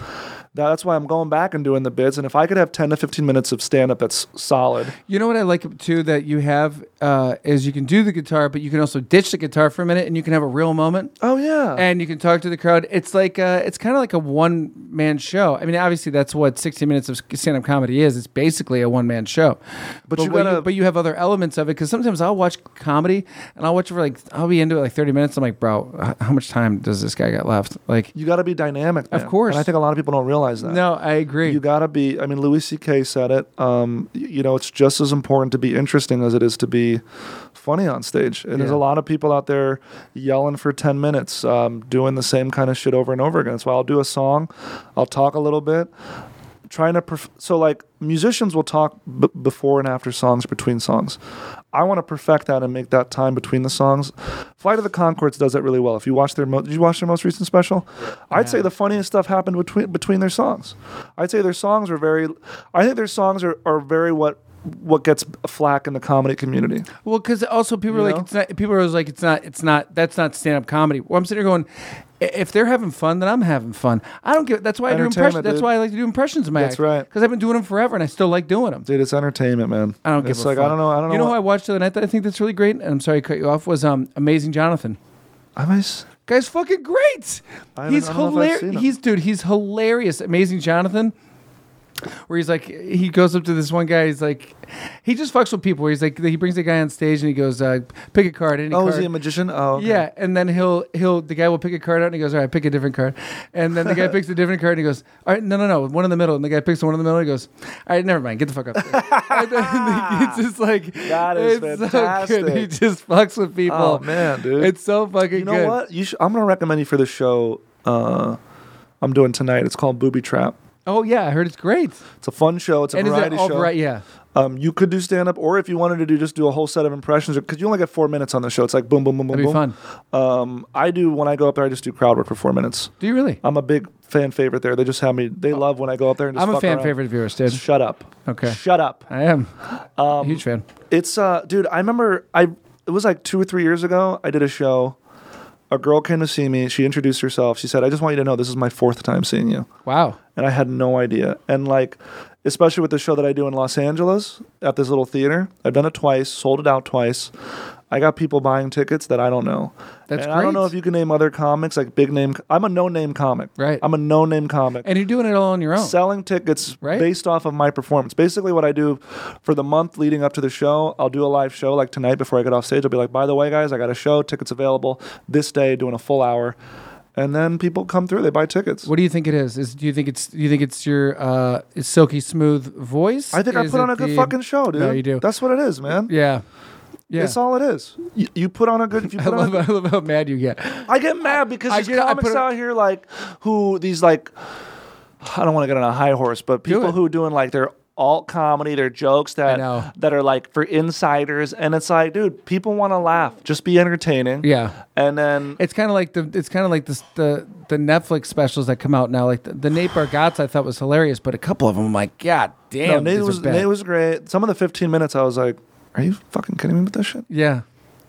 [SPEAKER 3] that That's why I'm going back and doing the bits. And if I could have 10 to 15 minutes of stand up that's solid,
[SPEAKER 2] You know what I like too that you have uh, is you can do the guitar, but you can also ditch the guitar for a minute and you can have a real moment.
[SPEAKER 3] oh, yeah.
[SPEAKER 2] and you can talk to the crowd. It's like uh, it's kind of like a one man show. I mean, obviously that's what sixty minutes of stand up comedy is. It's basically a one man show.
[SPEAKER 3] But you
[SPEAKER 2] what
[SPEAKER 3] gotta-
[SPEAKER 2] but you have other elements of it because sometimes I'll watch comedy and I'll watch it for like I'll be into it like thirty minutes. I'm like, bro, h- how much time does this guy got left? Like,
[SPEAKER 3] you got to be dynamic. man.
[SPEAKER 2] course.
[SPEAKER 3] And I think a lot of people don't realize that.
[SPEAKER 2] no, I agree.
[SPEAKER 3] Uh, You gotta be. I mean, Louis C.K. said it. Um, y- you know, it's just as important to be interesting as it is to be funny on stage. And there's
[SPEAKER 2] Yeah.
[SPEAKER 3] a lot of people out there yelling for ten minutes, um, doing the same kind of shit over and over again. That's why I'll do a song, I'll talk a little bit, trying to. Perf- so like musicians will talk b- before and after songs, between songs. I want to perfect that and make that time between the songs. Flight of the Concords does that really well. If you watch their, mo- did you watch their most recent special? I'd say the funniest stuff happened between between their songs. I'd say their songs are very. I think their songs are, are very what what gets flack in the comedy community.
[SPEAKER 2] Well, because also people
[SPEAKER 3] You
[SPEAKER 2] are like,
[SPEAKER 3] know?
[SPEAKER 2] it's not. People are always like, it's not. It's not. That's not stand up comedy. Well, I'm sitting here going, "I- if they're having fun, then I'm having fun. I don't give. That's why I do
[SPEAKER 3] Entertainment,
[SPEAKER 2] impressions. That's
[SPEAKER 3] dude.
[SPEAKER 2] why I like to do impressions. In my
[SPEAKER 3] That's right.
[SPEAKER 2] Because I've been doing them forever, and I still like doing them.
[SPEAKER 3] Dude, it's entertainment, man.
[SPEAKER 2] I don't give
[SPEAKER 3] it's
[SPEAKER 2] a
[SPEAKER 3] like
[SPEAKER 2] fuck.
[SPEAKER 3] I don't know. I don't
[SPEAKER 2] you know.
[SPEAKER 3] know.
[SPEAKER 2] who I watched the other night that I think that's really great. And I'm sorry to cut you off. Was um Amazing Jonathan.
[SPEAKER 3] I, I miss.
[SPEAKER 2] Guy's fucking great.
[SPEAKER 3] I don't-
[SPEAKER 2] He's
[SPEAKER 3] I don't know if I've
[SPEAKER 2] hilarious.
[SPEAKER 3] seen him.
[SPEAKER 2] He's dude. He's hilarious. Amazing Jonathan. where he's like, he goes up to this one guy. He's like, he just fucks with people. Where he's like, he brings the guy on stage and he goes, uh, pick a card. Any
[SPEAKER 3] Oh,
[SPEAKER 2] card.
[SPEAKER 3] is he a magician? Oh, okay.
[SPEAKER 2] Yeah, and then he'll he'll the guy will pick a card out and he goes, all right, pick a different card, and then the guy picks a different card and he goes, all right, no, no, no, one in the middle, and the guy picks the one in the middle and he goes, all right, never mind, get the fuck up. and then it's just like
[SPEAKER 3] That is
[SPEAKER 2] it's so
[SPEAKER 3] fantastic.
[SPEAKER 2] good. He just fucks with people.
[SPEAKER 3] Oh man, dude.
[SPEAKER 2] It's so fucking
[SPEAKER 3] you know
[SPEAKER 2] good.
[SPEAKER 3] what? You should, I'm gonna recommend you for this show. Uh, I'm doing tonight. It's called Booby Trap.
[SPEAKER 2] Oh yeah, I heard it's great.
[SPEAKER 3] It's a fun show. It's a
[SPEAKER 2] and is it
[SPEAKER 3] variety
[SPEAKER 2] all
[SPEAKER 3] show.
[SPEAKER 2] right? Yeah.
[SPEAKER 3] Um, you could do stand up, or if you wanted to do just do a whole set of impressions, because you only get four minutes on the show. It's like boom, boom, boom, boom,
[SPEAKER 2] That'd be
[SPEAKER 3] boom.
[SPEAKER 2] fun.
[SPEAKER 3] Um, I do when I go up there, I just do crowd work for four minutes.
[SPEAKER 2] Do you really?
[SPEAKER 3] I'm a big fan favorite there. They just have me. They love when I go up there and just
[SPEAKER 2] I'm a
[SPEAKER 3] fuck
[SPEAKER 2] fan
[SPEAKER 3] around.
[SPEAKER 2] favorite of yours, dude.
[SPEAKER 3] Shut up.
[SPEAKER 2] Okay.
[SPEAKER 3] Shut up.
[SPEAKER 2] I am. Um, Huge fan.
[SPEAKER 3] It's uh, dude. I remember I it was like two or three years ago. I did a show. A girl came to see me. She introduced herself. She said, "I just want you to know this is my fourth time seeing you,"
[SPEAKER 2] Wow.
[SPEAKER 3] and I had no idea. And like, especially with the show that I do in Los Angeles at this little theater, I've done it twice, sold it out twice. I got people buying tickets that I don't know.
[SPEAKER 2] That's
[SPEAKER 3] and I don't
[SPEAKER 2] great.
[SPEAKER 3] know if you can name other comics like big name. I'm a no name comic.
[SPEAKER 2] Right.
[SPEAKER 3] I'm a no name comic
[SPEAKER 2] And you're doing it all on your own.
[SPEAKER 3] selling tickets
[SPEAKER 2] Right?
[SPEAKER 3] based off of my performance. Basically, what I do for the month leading up to the show, I'll do a live show like tonight before I get off stage. I'll be like, by the way, guys, I got a show, tickets available this day, doing a full hour. And then people come through, they buy tickets.
[SPEAKER 2] What do you think it is? Is do you think it's do you think it's your uh, silky smooth voice?
[SPEAKER 3] I think I
[SPEAKER 2] Is
[SPEAKER 3] put on
[SPEAKER 2] it
[SPEAKER 3] a good
[SPEAKER 2] the-
[SPEAKER 3] fucking show, dude.
[SPEAKER 2] No, you do.
[SPEAKER 3] That's what it is, man.
[SPEAKER 2] Yeah, yeah.
[SPEAKER 3] It's all it is. You, you put on a good. If you
[SPEAKER 2] I
[SPEAKER 3] put on a
[SPEAKER 2] love, I love how mad you get.
[SPEAKER 3] I get mad because
[SPEAKER 2] I
[SPEAKER 3] there's
[SPEAKER 2] get- I
[SPEAKER 3] comics
[SPEAKER 2] put it-
[SPEAKER 3] out here like who these like I don't want to get on a high horse, but people
[SPEAKER 2] it.
[SPEAKER 3] who are doing like their alt comedy, their jokes
[SPEAKER 2] know.
[SPEAKER 3] that that are like for insiders, and it's like, dude, people want to laugh, just be entertaining,
[SPEAKER 2] Yeah.
[SPEAKER 3] and then
[SPEAKER 2] It's kind of like the it's kind of like this the the Netflix specials that come out now. Like the, the Nate Bargatze I thought was hilarious, but a couple of them, I'm like, God damn,
[SPEAKER 3] no, Nate
[SPEAKER 2] these
[SPEAKER 3] was
[SPEAKER 2] are bad.
[SPEAKER 3] Nate was great. Some of the 15 minutes, I was like, are you fucking kidding me with this shit?
[SPEAKER 2] yeah.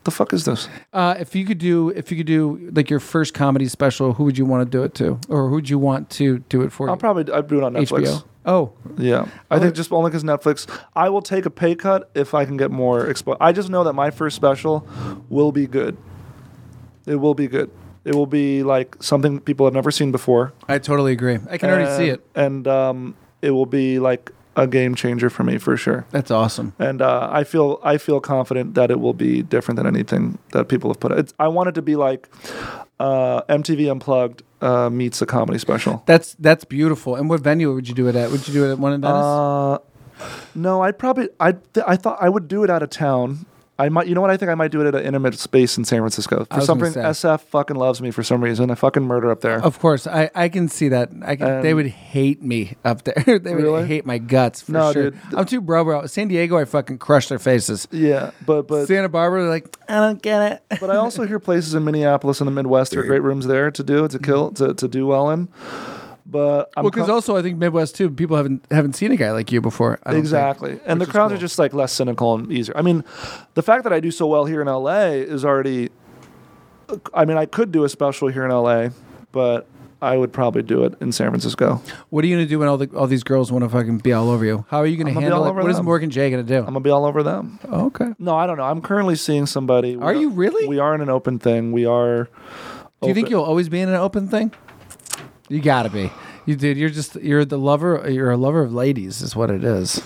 [SPEAKER 3] The fuck is this?
[SPEAKER 2] Uh, if you could do if you could do like your first comedy special, who would you want to do it to, or who would you want to do it for?
[SPEAKER 3] I'll
[SPEAKER 2] you?
[SPEAKER 3] probably I'd do it on Netflix.
[SPEAKER 2] HBO. Oh,
[SPEAKER 3] Yeah, I think just only because Netflix. I will take a pay cut if I can get more expo. I just know that my first special will be good. It will be good. It will be like something people have never seen before.
[SPEAKER 2] I totally agree. I can already see
[SPEAKER 3] And-
[SPEAKER 2] it.
[SPEAKER 3] and um, it will be like a game changer for me for sure.
[SPEAKER 2] That's awesome.
[SPEAKER 3] And uh, I feel I feel confident that it will be different than anything that people have put. out. It's, I want it to be like uh, MTV Unplugged uh, meets a comedy special.
[SPEAKER 2] That's that's beautiful. And what venue would you do it at? Would you do it at one in Venice?
[SPEAKER 3] Uh, no, I'd probably I th- I thought I would do it out of town. I might, you know what? I think I might do it at an intimate space in San Francisco for
[SPEAKER 2] was
[SPEAKER 3] some
[SPEAKER 2] gonna
[SPEAKER 3] reason.
[SPEAKER 2] say. Oh.
[SPEAKER 3] SF fucking loves me for some reason. I fucking murder up there.
[SPEAKER 2] of course, I, I can see that. I can, they
[SPEAKER 3] Uh, Um,
[SPEAKER 2] would hate me up there. they would
[SPEAKER 3] Really?
[SPEAKER 2] hate my guts for
[SPEAKER 3] No,
[SPEAKER 2] sure.
[SPEAKER 3] dude.
[SPEAKER 2] I'm too bro bro. San Diego, I fucking crush their faces.
[SPEAKER 3] Yeah, but but
[SPEAKER 2] Santa Barbara, they're like I don't get it.
[SPEAKER 3] but I also hear places in Minneapolis and the Midwest are great rooms there to do to kill to, to do well in. But
[SPEAKER 2] Mm-hmm.
[SPEAKER 3] I'm
[SPEAKER 2] Well, because
[SPEAKER 3] com-
[SPEAKER 2] also I think Midwest too. People haven't haven't seen a guy like you before. I don't think.
[SPEAKER 3] exactly, and the
[SPEAKER 2] which is
[SPEAKER 3] crowds
[SPEAKER 2] cool.
[SPEAKER 3] are just like less cynical and easier. I mean, the fact that I do so well here in LA is already. I mean, I could do a special here in LA, but I would probably do it in San Francisco.
[SPEAKER 2] What are you gonna do when all the all these girls want to fucking be all over you? How are you gonna
[SPEAKER 3] I'm gonna be
[SPEAKER 2] handle
[SPEAKER 3] all
[SPEAKER 2] it?
[SPEAKER 3] over
[SPEAKER 2] What is
[SPEAKER 3] them.
[SPEAKER 2] Morgan Jay gonna do? Oh,
[SPEAKER 3] I'm gonna be all over them.
[SPEAKER 2] okay.
[SPEAKER 3] No, I don't know. I'm currently seeing somebody. We
[SPEAKER 2] Are you really?
[SPEAKER 3] We are in an open thing. We are.
[SPEAKER 2] Do you think you'll always be in an open thing? You gotta be. You dude, you're just you're the lover. You're a lover of ladies, is what it is.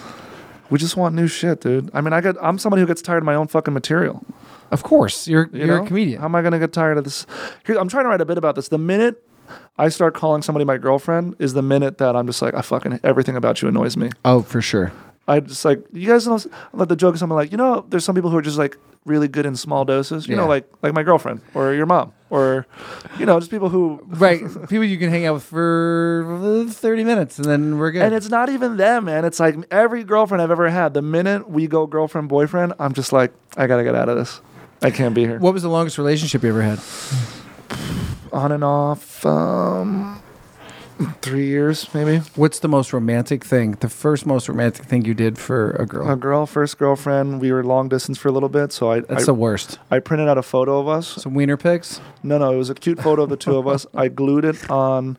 [SPEAKER 3] We just want new shit, dude. I mean, I got. I'm somebody who gets tired of my own fucking material.
[SPEAKER 2] Of course, you're
[SPEAKER 3] you
[SPEAKER 2] you are
[SPEAKER 3] know?
[SPEAKER 2] a comedian.
[SPEAKER 3] How am I gonna get tired of this? Here, I'm trying to write a bit about this. The minute I start calling somebody my girlfriend is the minute that I'm just like, I fucking everything about you annoys me.
[SPEAKER 2] oh, for sure.
[SPEAKER 3] I just like you guys know. Let the joke. Someone like you know, there's some people who are just like really good in small doses. You know,
[SPEAKER 2] Yeah.
[SPEAKER 3] like like my girlfriend or your mom or you know, just people who
[SPEAKER 2] Right, people you can hang out with for thirty minutes, and then we're good.
[SPEAKER 3] And it's not even them, man. It's like every girlfriend I've ever had. The minute we go girlfriend boyfriend, I'm just like, I gotta get out of this. I can't be here.
[SPEAKER 2] what was the longest relationship you ever had?
[SPEAKER 3] On and off, um, three years maybe.
[SPEAKER 2] What's the most romantic thing? The first most romantic thing you did for a girl?
[SPEAKER 3] A girl, first girlfriend. We were long distance for a little bit, so I I,
[SPEAKER 2] That's the worst.
[SPEAKER 3] I printed out a photo of us.
[SPEAKER 2] Some wiener pics.
[SPEAKER 3] No, no, it was a cute photo of the two of us. I glued it on.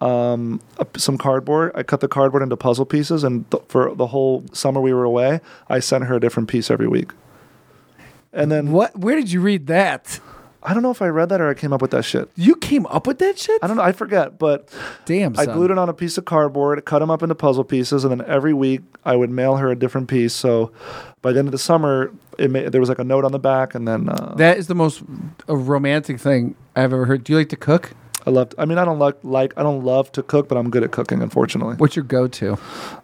[SPEAKER 3] Um, a p- some cardboard. I cut the cardboard into puzzle pieces, and th- for the whole summer we were away, I sent her a different piece every week. And then
[SPEAKER 2] What? Where did you read that?
[SPEAKER 3] I don't know if I read that or I came up with that shit.
[SPEAKER 2] You came up with that shit?
[SPEAKER 3] I don't know. I forget, but
[SPEAKER 2] Damn, son.
[SPEAKER 3] I glued it on a piece of cardboard, cut them up into puzzle pieces, and then every week I would mail her a different piece. So by the end of the summer, it ma- there was like a note on the back, and then uh,
[SPEAKER 2] That is the most uh, romantic thing I've ever heard. Do you like to cook?
[SPEAKER 3] I loved. I mean, I don't like like I don't love to cook, but I'm good at cooking, unfortunately.
[SPEAKER 2] What's your go-to?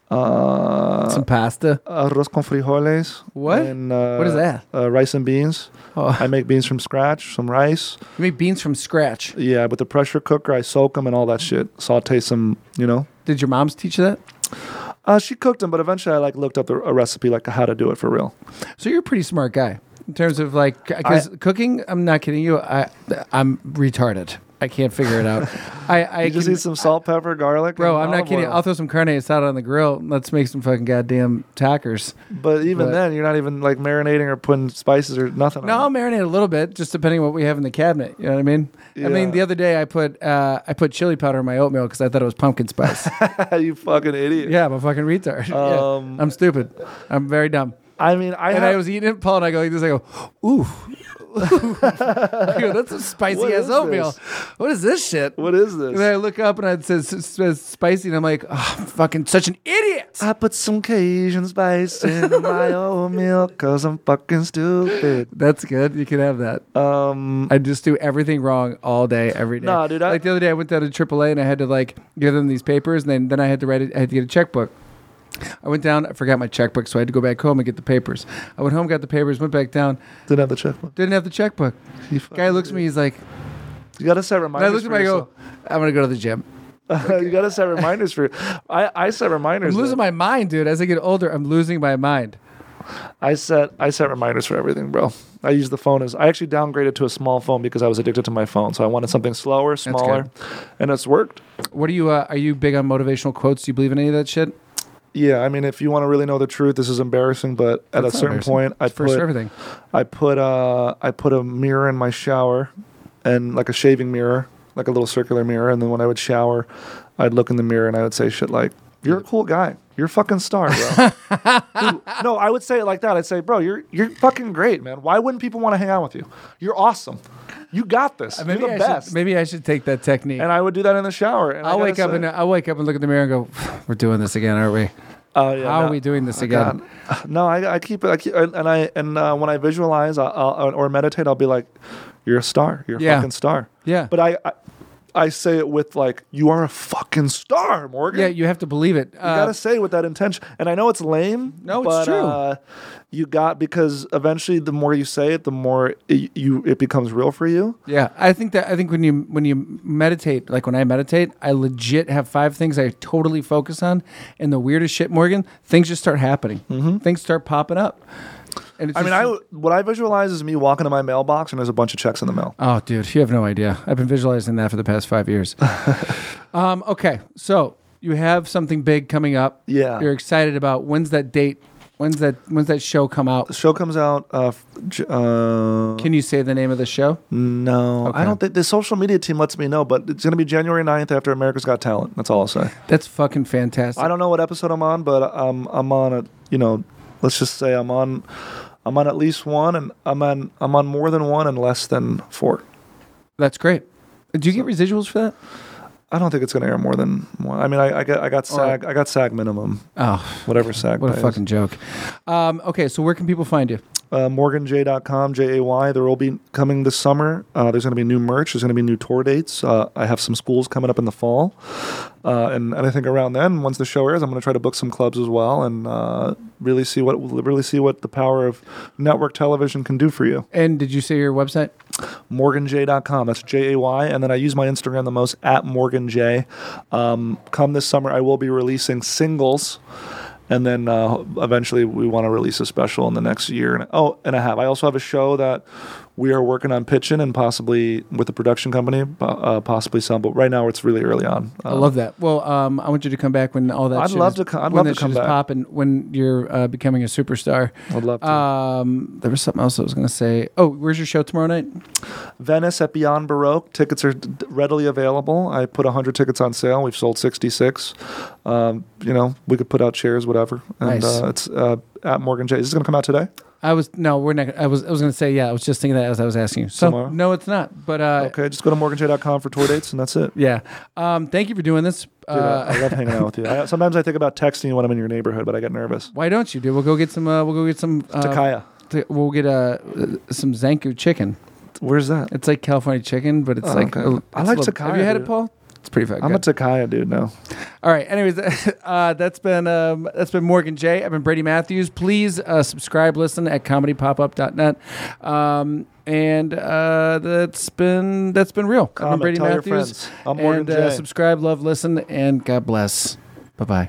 [SPEAKER 3] Uh,
[SPEAKER 2] Some pasta.
[SPEAKER 3] arroz con frijoles.
[SPEAKER 2] What?
[SPEAKER 3] and, uh,
[SPEAKER 2] what is that?
[SPEAKER 3] Uh, rice and beans.
[SPEAKER 2] Oh,
[SPEAKER 3] I make beans from scratch, some rice.
[SPEAKER 2] you make beans from scratch.
[SPEAKER 3] Yeah, with the pressure cooker, I soak them and all that shit. Saute some, you know.
[SPEAKER 2] Did your mom's teach you that?
[SPEAKER 3] Uh, she cooked them, but eventually I like looked up a, a recipe, like how to do it for real.
[SPEAKER 2] So you're a pretty smart guy in terms of like because cooking. I'm not kidding you. I I'm retarded. I can't figure it out. I I
[SPEAKER 3] You just
[SPEAKER 2] can-
[SPEAKER 3] eat some salt, pepper, garlic.
[SPEAKER 2] Bro,
[SPEAKER 3] and
[SPEAKER 2] I'm not
[SPEAKER 3] olive
[SPEAKER 2] kidding.
[SPEAKER 3] oil.
[SPEAKER 2] I'll throw some carne asada on the grill. and Let's make some fucking goddamn tacos.
[SPEAKER 3] But even
[SPEAKER 2] But-
[SPEAKER 3] then, you're not even like marinating or putting spices or nothing.
[SPEAKER 2] No, I'll
[SPEAKER 3] on
[SPEAKER 2] marinate a little bit, just depending on what we have in the cabinet. You know what I mean? I mean,
[SPEAKER 3] Yeah.
[SPEAKER 2] the other day I put uh, I put chili powder in my oatmeal because I thought it was pumpkin spice.
[SPEAKER 3] it. you fucking idiot.
[SPEAKER 2] yeah, I'm a fucking retard. Yeah.
[SPEAKER 3] Um,
[SPEAKER 2] I'm stupid. I'm very dumb.
[SPEAKER 3] I mean, I
[SPEAKER 2] and
[SPEAKER 3] have,
[SPEAKER 2] I was eating it, Paul, and I go like this. I go, ooh, I go, that's a
[SPEAKER 3] What
[SPEAKER 2] spicy
[SPEAKER 3] is
[SPEAKER 2] ass oatmeal.
[SPEAKER 3] this?
[SPEAKER 2] What is this shit?
[SPEAKER 3] What is
[SPEAKER 2] And then
[SPEAKER 3] this?
[SPEAKER 2] I look up and it says, it says spicy, and I'm like, oh, I'm fucking such an idiot.
[SPEAKER 3] I put some Cajun spice in my oatmeal because I'm fucking stupid.
[SPEAKER 2] That's good. You can have that.
[SPEAKER 3] Um,
[SPEAKER 2] I just do everything wrong all day, every day.
[SPEAKER 3] Nah, dude, I-
[SPEAKER 2] like the other day, I went down to AAA and I had to like give them these papers, and then then I had to write it. I had to get a checkbook. I went down. I forgot my checkbook, so I had to go back home and get the papers. I went home, got the papers, went back down.
[SPEAKER 3] didn't have the checkbook.
[SPEAKER 2] Didn't have the checkbook.
[SPEAKER 3] You
[SPEAKER 2] Guy
[SPEAKER 3] fucking
[SPEAKER 2] looks at me. He's like,
[SPEAKER 3] You gotta set
[SPEAKER 2] and I
[SPEAKER 3] reminders.
[SPEAKER 2] looked at him. I go, I'm gonna go to the gym.
[SPEAKER 3] go. you gotta set reminders for. I I set
[SPEAKER 2] I'm
[SPEAKER 3] reminders.
[SPEAKER 2] losing
[SPEAKER 3] though.
[SPEAKER 2] my mind, dude. As I get older, I'm losing my mind.
[SPEAKER 3] I set I set reminders for everything, bro. I use the phone as I actually downgraded to a small phone because I was addicted to my phone. So I wanted something slower,
[SPEAKER 2] good.
[SPEAKER 3] smaller, and it's worked.
[SPEAKER 2] What are you? Uh, are you big on motivational quotes? Do you believe in any of that shit?
[SPEAKER 3] Yeah, I mean, if you want to really know the truth, this is embarrassing. But
[SPEAKER 2] That's
[SPEAKER 3] at a
[SPEAKER 2] not
[SPEAKER 3] certain
[SPEAKER 2] embarrassing.
[SPEAKER 3] point, I
[SPEAKER 2] It's first
[SPEAKER 3] put
[SPEAKER 2] for everything.
[SPEAKER 3] I put uh I put a mirror in my shower, and like a shaving mirror, like a little circular mirror. And then when I would shower, I'd look in the mirror and I would say shit like, "You're a cool guy. You're a fucking star, bro." Dude, no, I would say it like that. I'd say, "Bro, you're you're fucking great, man. Why wouldn't people want to hang out with you? You're awesome. You got this.
[SPEAKER 2] Uh, Maybe
[SPEAKER 3] you're
[SPEAKER 2] I
[SPEAKER 3] the
[SPEAKER 2] should-
[SPEAKER 3] best."
[SPEAKER 2] maybe I should take that technique.
[SPEAKER 3] and I would do that in the shower. And I
[SPEAKER 2] I'll
[SPEAKER 3] gotta
[SPEAKER 2] wake up
[SPEAKER 3] say-
[SPEAKER 2] and uh, I'll wake up and look in the mirror and go, "We're doing this again, aren't we?
[SPEAKER 3] Oh, yeah,
[SPEAKER 2] How
[SPEAKER 3] no.
[SPEAKER 2] are we doing this
[SPEAKER 3] God.
[SPEAKER 2] again?"
[SPEAKER 3] No, I, I keep it. I keep, and I and uh, when I visualize I'll, I'll, or meditate, I'll be like, "You're a star. You're a
[SPEAKER 2] Yeah.
[SPEAKER 3] fucking star."
[SPEAKER 2] Yeah,
[SPEAKER 3] But I, I, I say it with like, "You are a fucking star, Morgan."
[SPEAKER 2] yeah, you have to believe it.
[SPEAKER 3] You
[SPEAKER 2] Uh,
[SPEAKER 3] gotta say it with that intention. And I know it's lame.
[SPEAKER 2] No, it's
[SPEAKER 3] but,
[SPEAKER 2] true.
[SPEAKER 3] Uh, you got because eventually, the more you say it, the more it, you it becomes real for you.
[SPEAKER 2] yeah, I think that I think when you when you meditate, like when I meditate, I legit have five things I totally focus on, and the weirdest shit, Morgan, things just start happening. Things start popping up. And it's
[SPEAKER 3] Mm-hmm. I mean,
[SPEAKER 2] just-
[SPEAKER 3] I what I visualize is me walking to my mailbox and there's a bunch of checks in the mail.
[SPEAKER 2] Oh, dude, you have no idea. I've been visualizing that for the past five years. um, okay, so you have something big coming up.
[SPEAKER 3] Yeah.
[SPEAKER 2] You're excited about. When's that date? When's that? When's that show come out?
[SPEAKER 3] The show comes out. Uh, f- j- uh,
[SPEAKER 2] Can you say the name of the show?
[SPEAKER 3] No,
[SPEAKER 2] Okay.
[SPEAKER 3] I don't think the social media team lets me know, but it's going to be January 9th after America's Got Talent. That's all I'll say.
[SPEAKER 2] That's fucking fantastic.
[SPEAKER 3] I don't know what episode I'm on, but um, I'm on a, you know, let's just say I'm on, I'm on at least one, and I'm on, I'm on more than one and less than four.
[SPEAKER 2] That's great. Do you get residuals for that?
[SPEAKER 3] I don't think it's going to air more than one. I mean, I, I got, I got SAG, I got SAG minimum,
[SPEAKER 2] Oh,
[SPEAKER 3] whatever SAG.
[SPEAKER 2] what a
[SPEAKER 3] pays.
[SPEAKER 2] fucking joke. Um, okay, so where can people find you?
[SPEAKER 3] uh, morganj.com, J-A-Y. There will be coming this summer. Uh, there's going to be new merch. There's going to be new tour dates. Uh, I have some schools coming up in the fall. Uh, and, and I think around then, once the show airs, I'm going to try to book some clubs as well and uh, really see what really see what the power of network television can do for you.
[SPEAKER 2] And did you say your website?
[SPEAKER 3] Morganj.com. That's J A Y. And then I use my Instagram the most at Morganj. Um, come this summer, I will be releasing singles. And then uh, eventually, we want to release a special in the next year and oh and a half. I also have a show that we are working on pitching and possibly with a production company, po- uh, possibly some. But right now, it's really early on.
[SPEAKER 2] I love that. Well, um, I want you to come back when all that.
[SPEAKER 3] Uh, I'd
[SPEAKER 2] shit
[SPEAKER 3] love
[SPEAKER 2] is,
[SPEAKER 3] to co-
[SPEAKER 2] when
[SPEAKER 3] I'd love
[SPEAKER 2] that
[SPEAKER 3] to
[SPEAKER 2] shit
[SPEAKER 3] come
[SPEAKER 2] is
[SPEAKER 3] back.
[SPEAKER 2] popping. When you're uh, becoming a superstar.
[SPEAKER 3] I'd love to.
[SPEAKER 2] Um, there was something else I was gonna say. Oh, where's your show tomorrow night?
[SPEAKER 3] Venice at Beyond Baroque. Tickets are d- readily available. I put 100 tickets on sale. We've sold 66. Um, you know, we could put out chairs, whatever. And
[SPEAKER 2] Nice.
[SPEAKER 3] uh, it's uh, at Morgan J. Is this going to come out today?
[SPEAKER 2] I was no, we're not. I was I was gonna say yeah. I was just thinking that as I was asking you. So
[SPEAKER 3] Tomorrow?
[SPEAKER 2] no, it's not. But uh,
[SPEAKER 3] Okay, just go to morganchay.com for tour dates, and that's it.
[SPEAKER 2] yeah. Um, thank you for doing this.
[SPEAKER 3] Dude, I,
[SPEAKER 2] Uh,
[SPEAKER 3] I love hanging out with you. I, sometimes I think about texting when I'm in your neighborhood, but I get nervous.
[SPEAKER 2] why don't you, dude? We'll go get some. Uh, we'll go get some. Uh,
[SPEAKER 3] Takaya,
[SPEAKER 2] t- we'll get uh, some Zanku chicken.
[SPEAKER 3] where's that?
[SPEAKER 2] It's like California chicken, but it's
[SPEAKER 3] Oh,
[SPEAKER 2] like
[SPEAKER 3] okay.
[SPEAKER 2] a-
[SPEAKER 3] I
[SPEAKER 2] it's
[SPEAKER 3] like
[SPEAKER 2] a little- Have
[SPEAKER 3] Takaya,
[SPEAKER 2] you had it,
[SPEAKER 3] dude.
[SPEAKER 2] Paul? It's pretty fucking
[SPEAKER 3] I'm a
[SPEAKER 2] good.
[SPEAKER 3] Takaya dude now.
[SPEAKER 2] All right. Anyways, uh, that's been um, that's been Morgan J. I've been Brady Matthews. Please uh, subscribe, listen at comedypopup.net. Um, and uh, that's been that's been real. I've been
[SPEAKER 3] Comment,
[SPEAKER 2] Brady uh,
[SPEAKER 3] tell your
[SPEAKER 2] Matthews.
[SPEAKER 3] friends. I'm Morgan
[SPEAKER 2] and
[SPEAKER 3] J.
[SPEAKER 2] subscribe, love, listen, and God bless. Bye bye.